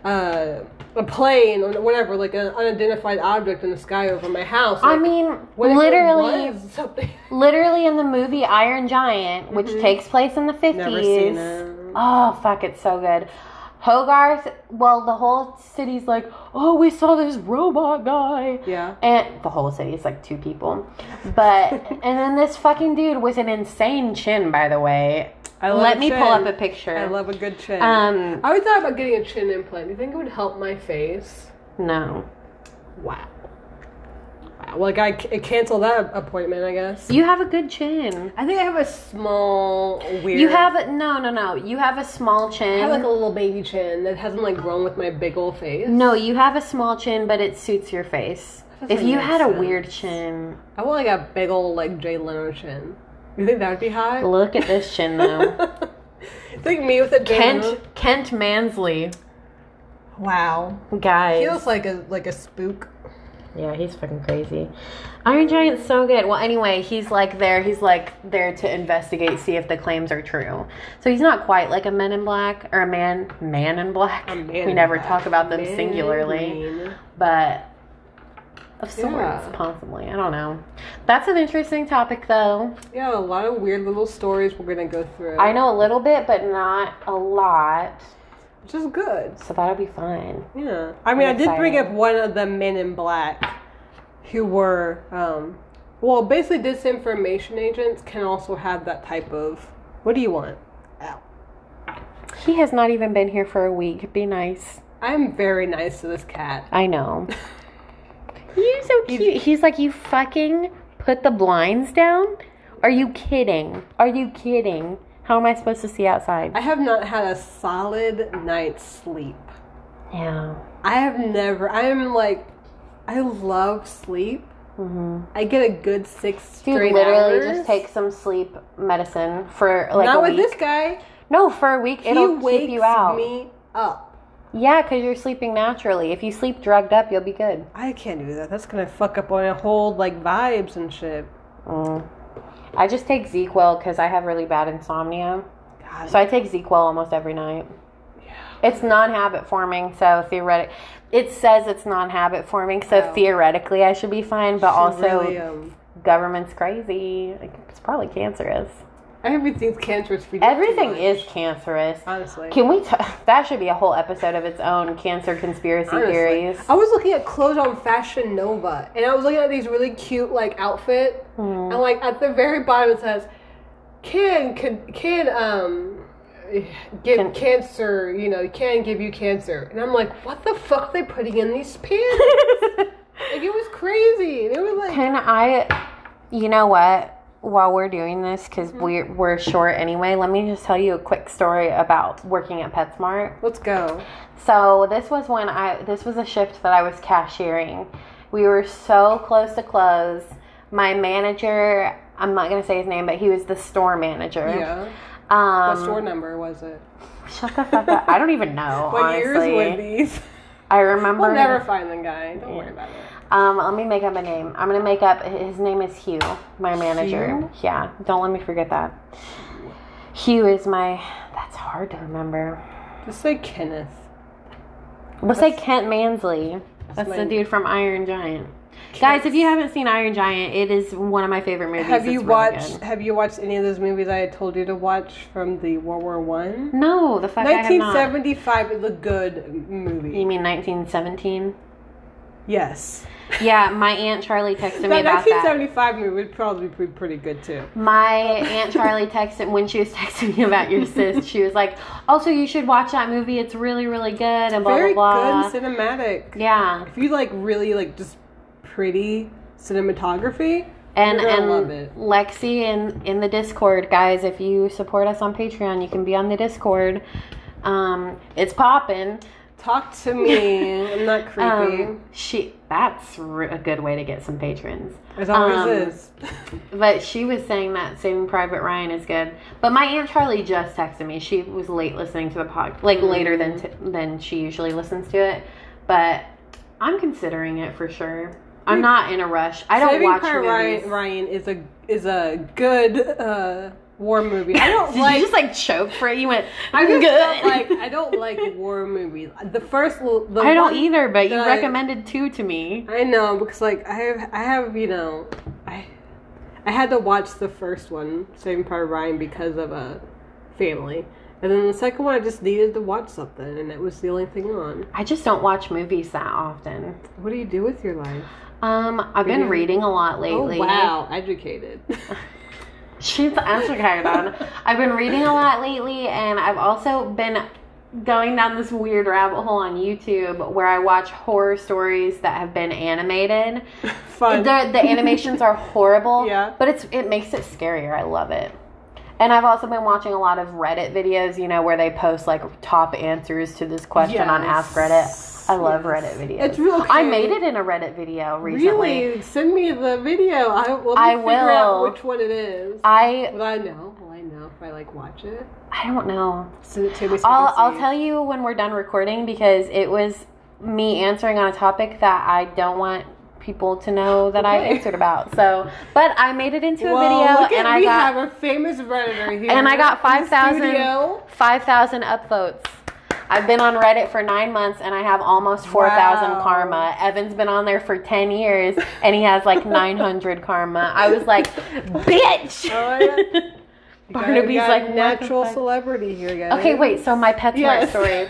[SPEAKER 2] uh, a plane or whatever, like an unidentified object in the sky over my house.
[SPEAKER 1] I
[SPEAKER 2] like,
[SPEAKER 1] mean,
[SPEAKER 2] what if it
[SPEAKER 1] literally,
[SPEAKER 2] was something?
[SPEAKER 1] literally in the movie Iron Giant, which takes place in the fifties.
[SPEAKER 2] Mm-hmm. Never seen it.
[SPEAKER 1] Oh fuck, it's so good. Hogarth, well, the whole city's like, oh, we saw this robot guy.
[SPEAKER 2] Yeah.
[SPEAKER 1] And the whole city is like two people. But, and then this fucking dude with an insane chin, by the way.
[SPEAKER 2] I love
[SPEAKER 1] Let
[SPEAKER 2] a
[SPEAKER 1] me
[SPEAKER 2] chin.
[SPEAKER 1] pull up a picture.
[SPEAKER 2] I love a good chin.
[SPEAKER 1] Um,
[SPEAKER 2] I always thought about getting a chin implant. Do you think it would help my face?
[SPEAKER 1] no.
[SPEAKER 2] Wow. Wow. Like I c- cancel that appointment, I guess.
[SPEAKER 1] You have a good chin.
[SPEAKER 2] I think I have a small weird.
[SPEAKER 1] You have, a, no, no, no. You have a small chin.
[SPEAKER 2] I have like a little baby chin that hasn't like grown with my big old face.
[SPEAKER 1] no, you have a small chin, but it suits your face.
[SPEAKER 2] doesn't
[SPEAKER 1] If you
[SPEAKER 2] make
[SPEAKER 1] had a
[SPEAKER 2] sense.
[SPEAKER 1] weird chin,
[SPEAKER 2] I want like a big old like Jay Leno chin. You think that would be hot?
[SPEAKER 1] look at this chin though.
[SPEAKER 2] think me with a Jay
[SPEAKER 1] Kent
[SPEAKER 2] Leno-
[SPEAKER 1] Kent Mansley,
[SPEAKER 2] Wow.
[SPEAKER 1] guys.
[SPEAKER 2] He looks like a like a spook.
[SPEAKER 1] Yeah, he's fucking crazy. Iron Giant's so good. Well, anyway, he's like there. He's like there to investigate, see if the claims are true. So he's not quite like a Men in Black or a man, man in black.
[SPEAKER 2] A man
[SPEAKER 1] we
[SPEAKER 2] in
[SPEAKER 1] never
[SPEAKER 2] black.
[SPEAKER 1] talk about them
[SPEAKER 2] Man.
[SPEAKER 1] singularly, but of sorts,
[SPEAKER 2] Yeah.
[SPEAKER 1] possibly. I don't know. That's an interesting topic, though.
[SPEAKER 2] Yeah, a lot of weird little stories we're gonna go through.
[SPEAKER 1] I know a little bit, but not a lot.
[SPEAKER 2] Which is good.
[SPEAKER 1] So that'll be fun.
[SPEAKER 2] Yeah. I mean, I
[SPEAKER 1] I'm
[SPEAKER 2] did bring
[SPEAKER 1] excited.
[SPEAKER 2] up one of the men in black who were, um, well, basically disinformation agents can also have that type of, what do you want? Ow.
[SPEAKER 1] He has not even been here for a week. Be nice.
[SPEAKER 2] I'm very nice to this cat.
[SPEAKER 1] I know. You're so cute. He's like, you fucking put the blinds down? Are you kidding? Are you kidding? How am I supposed to see outside?
[SPEAKER 2] I have not had a solid night's sleep.
[SPEAKER 1] Yeah.
[SPEAKER 2] I have never, I am like, I love sleep.
[SPEAKER 1] Mm-hmm.
[SPEAKER 2] I get a good six
[SPEAKER 1] Dude,
[SPEAKER 2] straight
[SPEAKER 1] literally
[SPEAKER 2] hours.
[SPEAKER 1] just take some sleep medicine for like
[SPEAKER 2] Not
[SPEAKER 1] a
[SPEAKER 2] with
[SPEAKER 1] week.
[SPEAKER 2] this guy.
[SPEAKER 1] No, for a week
[SPEAKER 2] he
[SPEAKER 1] it'll
[SPEAKER 2] wakes
[SPEAKER 1] keep you out.
[SPEAKER 2] me up.
[SPEAKER 1] Yeah, because you're sleeping naturally. If you sleep drugged up, you'll be good.
[SPEAKER 2] I can't do that. That's gonna fuck up on a whole like vibes and shit.
[SPEAKER 1] Mm. I just take Zequel because I have really bad insomnia.
[SPEAKER 2] God.
[SPEAKER 1] So I take Zequel almost every night. It's non-habit forming, so theoretic. It says it's non-habit forming, so
[SPEAKER 2] Wow.
[SPEAKER 1] theoretically I should be fine. But also,
[SPEAKER 2] really, um,
[SPEAKER 1] government's crazy. Like, It's probably cancerous.
[SPEAKER 2] everything's cancerous for you.
[SPEAKER 1] Everything is cancerous.
[SPEAKER 2] honestly.
[SPEAKER 1] Can we? T- that should be a whole episode of its own. Cancer conspiracy
[SPEAKER 2] Honestly.
[SPEAKER 1] theories.
[SPEAKER 2] I was looking at clothes on Fashion Nova, and I was looking at these really cute like outfit,
[SPEAKER 1] Hmm.
[SPEAKER 2] and like at the very bottom it says, "Can can can um." Give
[SPEAKER 1] Can-
[SPEAKER 2] cancer, you know, can give you cancer, and I'm like, what the fuck are they putting in these pants? like it was crazy. And it was like,
[SPEAKER 1] Can I? You know what? While we're doing this, because we're we're short anyway, let me just tell you a quick story about working at PetSmart.
[SPEAKER 2] let's go.
[SPEAKER 1] So this was when I this was a shift that I was cashiering. We were so close to close. My manager, I'm not gonna say his name, but he was the store manager.
[SPEAKER 2] Yeah. What
[SPEAKER 1] Um,
[SPEAKER 2] store number was it?
[SPEAKER 1] Shut the fuck up. I don't even know.
[SPEAKER 2] What
[SPEAKER 1] honestly.
[SPEAKER 2] years were these?
[SPEAKER 1] I remember.
[SPEAKER 2] We'll never find the guy. Don't worry about it.
[SPEAKER 1] Um, let me make up a name. I'm gonna make up his name is Hugh, my manager.
[SPEAKER 2] Hugh?
[SPEAKER 1] Yeah, don't let me forget that. Hugh is my. That's hard to remember.
[SPEAKER 2] Just say Kenneth.
[SPEAKER 1] We'll say Kent Mansley. That's
[SPEAKER 2] my-
[SPEAKER 1] the dude from Iron Giant. Guys, if you haven't seen Iron Giant, it is one of my favorite movies.
[SPEAKER 2] Have
[SPEAKER 1] It's
[SPEAKER 2] you
[SPEAKER 1] really
[SPEAKER 2] watched
[SPEAKER 1] good.
[SPEAKER 2] Have you watched any of those movies I had told you to watch from the World War One?
[SPEAKER 1] No, the fuck I have not.
[SPEAKER 2] 1975 is a good movie.
[SPEAKER 1] You mean 1917?
[SPEAKER 2] Yes,
[SPEAKER 1] Yeah, my aunt Charlie texted me
[SPEAKER 2] that
[SPEAKER 1] about that.
[SPEAKER 2] 1975 movie would probably be pretty good too.
[SPEAKER 1] My aunt Charlie texted when she was texting me about your sis. She was like, "Also, you should watch that movie. It's really, really good." And blah
[SPEAKER 2] Very
[SPEAKER 1] blah blah.
[SPEAKER 2] good cinematic.
[SPEAKER 1] yeah,
[SPEAKER 2] If you like really like just pretty cinematography,
[SPEAKER 1] and
[SPEAKER 2] You're gonna
[SPEAKER 1] and
[SPEAKER 2] love it.
[SPEAKER 1] Lexi in in the Discord, guys. If you support us on Patreon, you can be on the Discord. Um, it's popping.
[SPEAKER 2] talk to me. I'm not creepy.
[SPEAKER 1] Um, she that's re- a good way to get some patrons.
[SPEAKER 2] As always
[SPEAKER 1] um,
[SPEAKER 2] is.
[SPEAKER 1] But she was saying that Saving Private Ryan is good. But my aunt Charlie just texted me. She was late listening to the pod,
[SPEAKER 2] Mm-hmm.
[SPEAKER 1] like later than t- than she usually listens to it. But I'm considering it for sure. I'm not in a rush. I don't
[SPEAKER 2] Saving
[SPEAKER 1] watch
[SPEAKER 2] Private
[SPEAKER 1] movies.
[SPEAKER 2] Ryan, Ryan is a is a good uh, war movie. I don't
[SPEAKER 1] Did
[SPEAKER 2] like.
[SPEAKER 1] you just like choke for it? You went.
[SPEAKER 2] I
[SPEAKER 1] I'm
[SPEAKER 2] just
[SPEAKER 1] good.
[SPEAKER 2] don't like. I don't like war movies. The first, l- the
[SPEAKER 1] I don't
[SPEAKER 2] one-
[SPEAKER 1] either. But you
[SPEAKER 2] the-
[SPEAKER 1] recommended two to me.
[SPEAKER 2] I know because like I have, I have you know, I, I had to watch the first one, Saving Private Ryan, because of a family, and then the second one I just needed to watch something, and it was the only thing on.
[SPEAKER 1] I just don't watch movies that often.
[SPEAKER 2] What do you do with your life?
[SPEAKER 1] Um, I've been reading a lot lately.
[SPEAKER 2] Mm-hmm. Oh wow, educated.
[SPEAKER 1] She's educated on. I've been reading a lot lately, and I've also been going down this weird rabbit hole on YouTube where I watch horror stories that have been animated.
[SPEAKER 2] Fun.
[SPEAKER 1] The, the animations are horrible,
[SPEAKER 2] Yeah.
[SPEAKER 1] but it's it makes it scarier. I love it. And I've also been watching a lot of Reddit videos, you know, where they post like top answers to this question on
[SPEAKER 2] Yes.
[SPEAKER 1] Ask Reddit. I love
[SPEAKER 2] Yes.
[SPEAKER 1] Reddit videos.
[SPEAKER 2] It's real
[SPEAKER 1] I
[SPEAKER 2] cute.
[SPEAKER 1] made it in a Reddit video recently.
[SPEAKER 2] Really? Send me the video. I let me
[SPEAKER 1] I
[SPEAKER 2] figure out
[SPEAKER 1] will.
[SPEAKER 2] which one it is.
[SPEAKER 1] I
[SPEAKER 2] Will I know? Will I know if I like watch it?
[SPEAKER 1] I don't know.
[SPEAKER 2] Send it to me. So
[SPEAKER 1] I'll,
[SPEAKER 2] I
[SPEAKER 1] I'll tell you when we're done recording because it was me answering on a topic that I don't want people to know that I
[SPEAKER 2] Okay.
[SPEAKER 1] answered about. So, but I made it into a
[SPEAKER 2] Well, look
[SPEAKER 1] video,
[SPEAKER 2] at-
[SPEAKER 1] and I
[SPEAKER 2] we
[SPEAKER 1] got
[SPEAKER 2] have a famous redditor here.
[SPEAKER 1] and I
[SPEAKER 2] in
[SPEAKER 1] got
[SPEAKER 2] the
[SPEAKER 1] 5,000
[SPEAKER 2] studio.
[SPEAKER 1] 5,000 upvotes. I've been on Reddit for nine months and I have almost 4,000
[SPEAKER 2] Wow.
[SPEAKER 1] karma. Evan's been on there for 10 years and he has like 900 karma. I was like, bitch!
[SPEAKER 2] Oh, yeah. We got- we
[SPEAKER 1] Barnaby's
[SPEAKER 2] got
[SPEAKER 1] like, what the
[SPEAKER 2] natural
[SPEAKER 1] fuck?
[SPEAKER 2] celebrity here, guys.
[SPEAKER 1] Okay, wait, so my PetSmart
[SPEAKER 2] Yes.
[SPEAKER 1] story.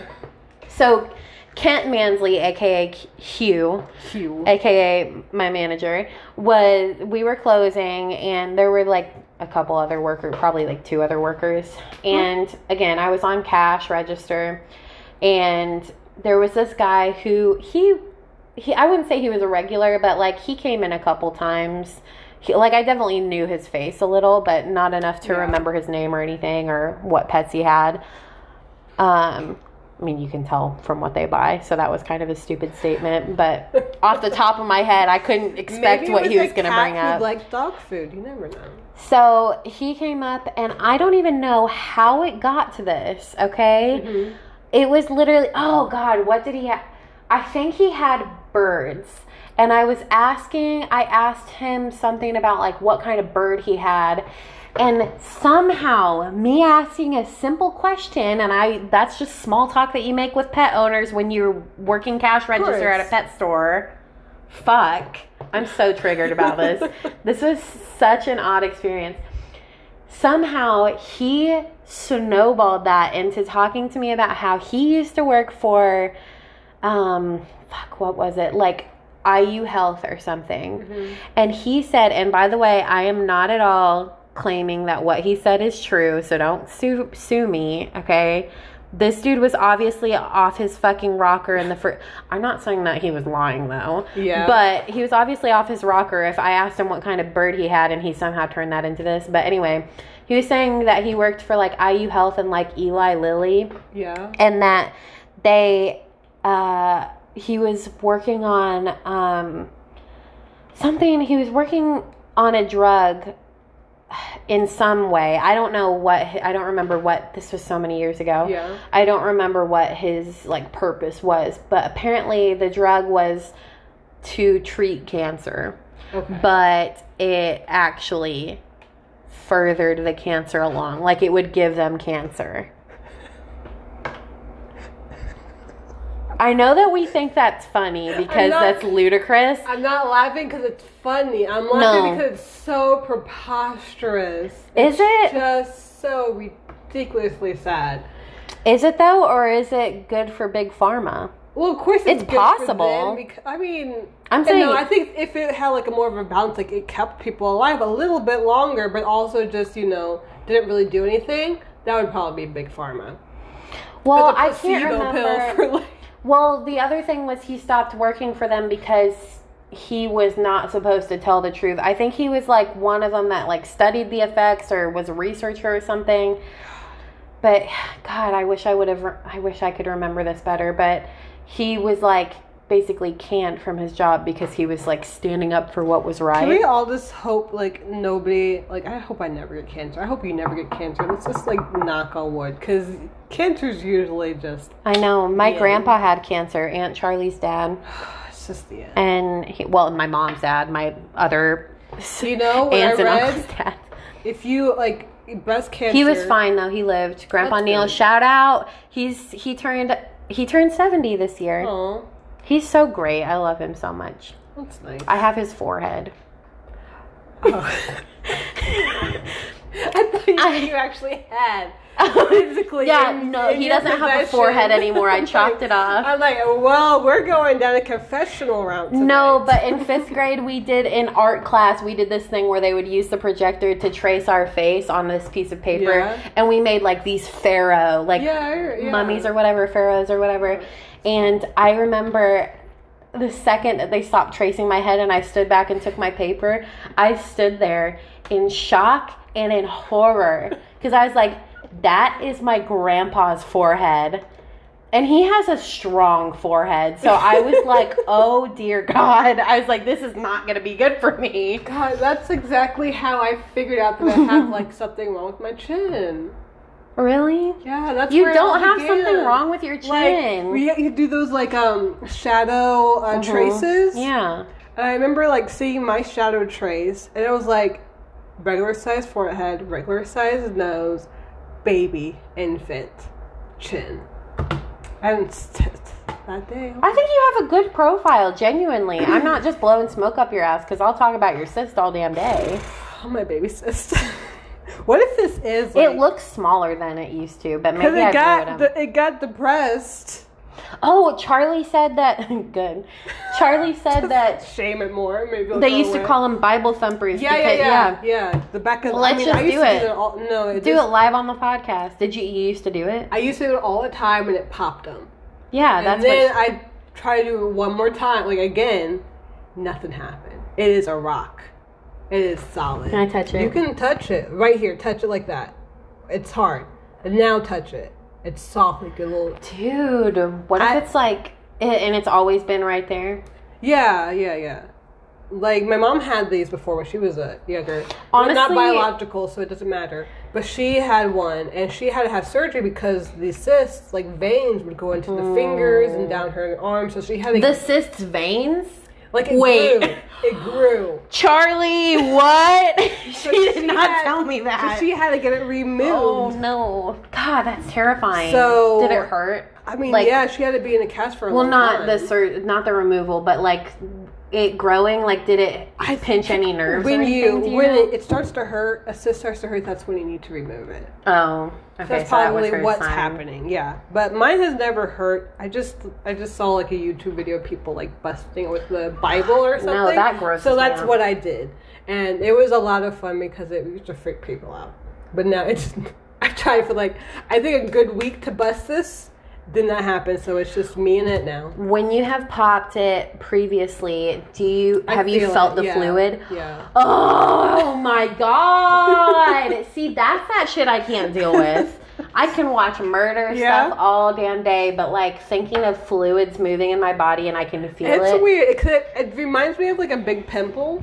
[SPEAKER 1] So Kent Mansley, aka Hugh,
[SPEAKER 2] Cute.
[SPEAKER 1] aka my manager was we were closing and there were like a couple other workers probably like two other workers and again i was on cash register and there was this guy who he he i wouldn't say he was a regular but like he came in a couple times he, like i definitely knew his face a little but not enough to
[SPEAKER 2] Yeah.
[SPEAKER 1] remember his name or anything or what pets he had um I mean, you can tell from what they buy, so that was kind of a stupid statement. But off the top of my head, I couldn't expect
[SPEAKER 2] Maybe it
[SPEAKER 1] what he
[SPEAKER 2] a
[SPEAKER 1] was going to
[SPEAKER 2] cat
[SPEAKER 1] bring
[SPEAKER 2] who
[SPEAKER 1] up.
[SPEAKER 2] liked dog food. You never know.
[SPEAKER 1] so he came up, and I don't even know how it got to this, okay? It was literally, oh God, what did he have? I think he had birds. And I was asking, I asked him something about like what kind of bird he had. And somehow, me asking a simple question, and I that's just small talk that you make with pet owners when you're working cash register at a
[SPEAKER 2] course.
[SPEAKER 1] pet store. Fuck. I'm so triggered about this. this was such an odd experience somehow he snowballed that into talking to me about how he used to work for um fuck what was it like IU Health or something. And he said and by the way I am not at all claiming that what he said is true so don't sue sue me okay this dude was obviously off his fucking rocker in the fir- I'm not saying that he was lying though.
[SPEAKER 2] Yeah.
[SPEAKER 1] But he was obviously off his rocker if I asked him what kind of bird he had and he somehow turned that into this. But anyway, he was saying that he worked for like IU Health and like Eli Lilly
[SPEAKER 2] Yeah.
[SPEAKER 1] and that they uh he was working on um something he was working on a drug in some way i don't know what i don't remember what this was so many years ago
[SPEAKER 2] Yeah.
[SPEAKER 1] i don't remember what his like purpose was but apparently the drug was to treat cancer
[SPEAKER 2] Okay.
[SPEAKER 1] but it actually furthered the cancer along like it would give them cancer i know that we think that's funny because
[SPEAKER 2] not-
[SPEAKER 1] that's ludicrous
[SPEAKER 2] I'm not laughing because it's funny. I'm
[SPEAKER 1] No.
[SPEAKER 2] laughing because it's so preposterous.
[SPEAKER 1] Is
[SPEAKER 2] It's
[SPEAKER 1] it?
[SPEAKER 2] just so ridiculously sad?
[SPEAKER 1] is it though or is it good for big pharma
[SPEAKER 2] Well, of course,
[SPEAKER 1] It's
[SPEAKER 2] it's, good for
[SPEAKER 1] possible.
[SPEAKER 2] them Because, I mean,
[SPEAKER 1] I'm
[SPEAKER 2] and
[SPEAKER 1] saying-
[SPEAKER 2] no, I think if it had like a more of a balance, like it kept people alive a little bit longer, but also just you know didn't really do anything. That would probably be big pharma.
[SPEAKER 1] well
[SPEAKER 2] It's a
[SPEAKER 1] i can't
[SPEAKER 2] placebo
[SPEAKER 1] remember
[SPEAKER 2] Pill for like,
[SPEAKER 1] Well, the other thing was he stopped working for them because he was not supposed to tell the truth. I think he was like one of them that like studied the effects or was a researcher or something. But God, I wish I would have. I wish I could remember this better. But he was like basically canned from his job because he was like standing up for what was
[SPEAKER 2] Can we
[SPEAKER 1] right.
[SPEAKER 2] all just hope like nobody like I hope I never get cancer. I hope you never get cancer. Let's just like knock on wood because cancer's usually just
[SPEAKER 1] I know my
[SPEAKER 2] Yeah.
[SPEAKER 1] grandpa had cancer. Aunt Charlie's dad
[SPEAKER 2] it's just the end.
[SPEAKER 1] and he, well, my mom's dad, my other
[SPEAKER 2] You know what I
[SPEAKER 1] aunts and
[SPEAKER 2] read?
[SPEAKER 1] uncles' dad.
[SPEAKER 2] If you like breast cancer,
[SPEAKER 1] He was fine though. He lived. Grandpa
[SPEAKER 2] That's
[SPEAKER 1] Neil,
[SPEAKER 2] good.
[SPEAKER 1] shout out. He's he turned he turned seventy this year.
[SPEAKER 2] Oh,
[SPEAKER 1] He's so great. I love him so much.
[SPEAKER 2] that's nice.
[SPEAKER 1] I have his forehead.
[SPEAKER 2] Oh. I thought you,
[SPEAKER 1] I-
[SPEAKER 2] you actually had.
[SPEAKER 1] Physically, yeah,
[SPEAKER 2] in-
[SPEAKER 1] no,
[SPEAKER 2] in
[SPEAKER 1] he
[SPEAKER 2] your
[SPEAKER 1] doesn't have a
[SPEAKER 2] possession.
[SPEAKER 1] forehead anymore. I
[SPEAKER 2] I'm
[SPEAKER 1] chopped
[SPEAKER 2] like-
[SPEAKER 1] it off.
[SPEAKER 2] I'm like, well, we're going down a confessional route. Today.
[SPEAKER 1] No, but in fifth grade, we did in art class, we did this thing where they would use the projector to trace our face on this piece of paper,
[SPEAKER 2] Yeah.
[SPEAKER 1] and we made like these pharaoh, like
[SPEAKER 2] yeah, I- yeah.
[SPEAKER 1] mummies or whatever, pharaohs or whatever. And I remember the second that they stopped tracing my head and I stood back and took my paper, I stood there in shock and in horror because I was like, that is my grandpa's forehead. And he has a strong forehead. So I was like, oh dear God. I was like, this is not going to be good for me.
[SPEAKER 2] God, that's exactly how I figured out that I have like something wrong with my chin.
[SPEAKER 1] Really?
[SPEAKER 2] Yeah, that's
[SPEAKER 1] You
[SPEAKER 2] where it all
[SPEAKER 1] don't have
[SPEAKER 2] began.
[SPEAKER 1] something wrong with your
[SPEAKER 2] Like
[SPEAKER 1] chin. Uh-huh.
[SPEAKER 2] we you do those like um shadow uh, traces.
[SPEAKER 1] yeah.
[SPEAKER 2] Uh, And I remember like seeing my shadow trace, and it was like regular size forehead, regular size nose, baby, infant, chin. And it's t- t- that day,
[SPEAKER 1] I think you have a good profile, genuinely. I'm not just blowing smoke up your ass because I'll talk about your cyst all damn day.
[SPEAKER 2] oh my baby cyst. what if this is?
[SPEAKER 1] it
[SPEAKER 2] Like,
[SPEAKER 1] looks smaller than it used to, but
[SPEAKER 2] because
[SPEAKER 1] maybe I
[SPEAKER 2] it
[SPEAKER 1] got
[SPEAKER 2] got the, it got depressed.
[SPEAKER 1] Oh, Charlie said that. good. Charlie said that
[SPEAKER 2] Shame it more. Maybe it'll
[SPEAKER 1] they
[SPEAKER 2] go
[SPEAKER 1] used to
[SPEAKER 2] away.
[SPEAKER 1] call them Bible thumpers.
[SPEAKER 2] Yeah, yeah,
[SPEAKER 1] because-
[SPEAKER 2] yeah, yeah, The back of
[SPEAKER 1] Let's
[SPEAKER 2] I mean,
[SPEAKER 1] just
[SPEAKER 2] I used
[SPEAKER 1] do
[SPEAKER 2] to
[SPEAKER 1] it.
[SPEAKER 2] Do it all, no, it
[SPEAKER 1] Do
[SPEAKER 2] just-
[SPEAKER 1] it live on the podcast. Did you, you used to do it?
[SPEAKER 2] I used to do it all the time, and it popped them.
[SPEAKER 1] Yeah,
[SPEAKER 2] and
[SPEAKER 1] that's
[SPEAKER 2] then
[SPEAKER 1] what.
[SPEAKER 2] I try to do it one more time, like again, nothing happened. It is a rock. It is solid.
[SPEAKER 1] Can I touch it?
[SPEAKER 2] You can touch it right here. Touch it like that. It's hard. And now touch it. It's soft, like a little.
[SPEAKER 1] Dude, what if
[SPEAKER 2] I-
[SPEAKER 1] it's like, it, and it's always been right there?
[SPEAKER 2] Yeah, yeah, yeah. Like my mom had these before when she was a younger. Honestly, not
[SPEAKER 1] Honestly-
[SPEAKER 2] biological, so it doesn't matter. But she had one, and she had to have surgery because the cysts, like veins, would go into the fingers and down her arm. So she had to
[SPEAKER 1] The cysts veins?
[SPEAKER 2] like it
[SPEAKER 1] wait.
[SPEAKER 2] grew. It grew.
[SPEAKER 1] Charlie, what? she did
[SPEAKER 2] she
[SPEAKER 1] not
[SPEAKER 2] had-
[SPEAKER 1] tell me that.
[SPEAKER 2] So she had to get it removed.
[SPEAKER 1] oh no. God, that's terrifying.
[SPEAKER 2] So-
[SPEAKER 1] Did it hurt?
[SPEAKER 2] I mean,
[SPEAKER 1] Like-
[SPEAKER 2] yeah, she had to be in a cast for a
[SPEAKER 1] Well,
[SPEAKER 2] long
[SPEAKER 1] not the
[SPEAKER 2] time.
[SPEAKER 1] sur- not the removal, but like it growing. Like, did it pinch any nerves? or
[SPEAKER 2] When you,
[SPEAKER 1] anything, do
[SPEAKER 2] when
[SPEAKER 1] know?
[SPEAKER 2] it, it starts to hurt, a cyst starts to hurt. That's when you need to remove it.
[SPEAKER 1] oh, okay,
[SPEAKER 2] That's
[SPEAKER 1] so that was
[SPEAKER 2] probably
[SPEAKER 1] her
[SPEAKER 2] what's
[SPEAKER 1] sign.
[SPEAKER 2] happening. Yeah, but mine has never hurt. I just I just saw like a YouTube video of people like busting it with the Bible or something.
[SPEAKER 1] that grosses
[SPEAKER 2] So
[SPEAKER 1] me
[SPEAKER 2] that's
[SPEAKER 1] out.
[SPEAKER 2] what I did, and it was a lot of fun because it used to freak people out. But now it's I tried for like I think a good week to bust this. Did not happen, so it's just me and it now.
[SPEAKER 1] When you have popped it previously, do you
[SPEAKER 2] I
[SPEAKER 1] have you
[SPEAKER 2] feel
[SPEAKER 1] felt
[SPEAKER 2] it,
[SPEAKER 1] the
[SPEAKER 2] yeah,
[SPEAKER 1] fluid?
[SPEAKER 2] Yeah.
[SPEAKER 1] Oh my god! See, that's that shit I can't deal with. I can watch murder
[SPEAKER 2] Yeah.
[SPEAKER 1] stuff all damn day, but like thinking of fluids moving in my body and I can feel
[SPEAKER 2] It's
[SPEAKER 1] it.
[SPEAKER 2] weird. It, 'cause it, it reminds me of like a big pimple.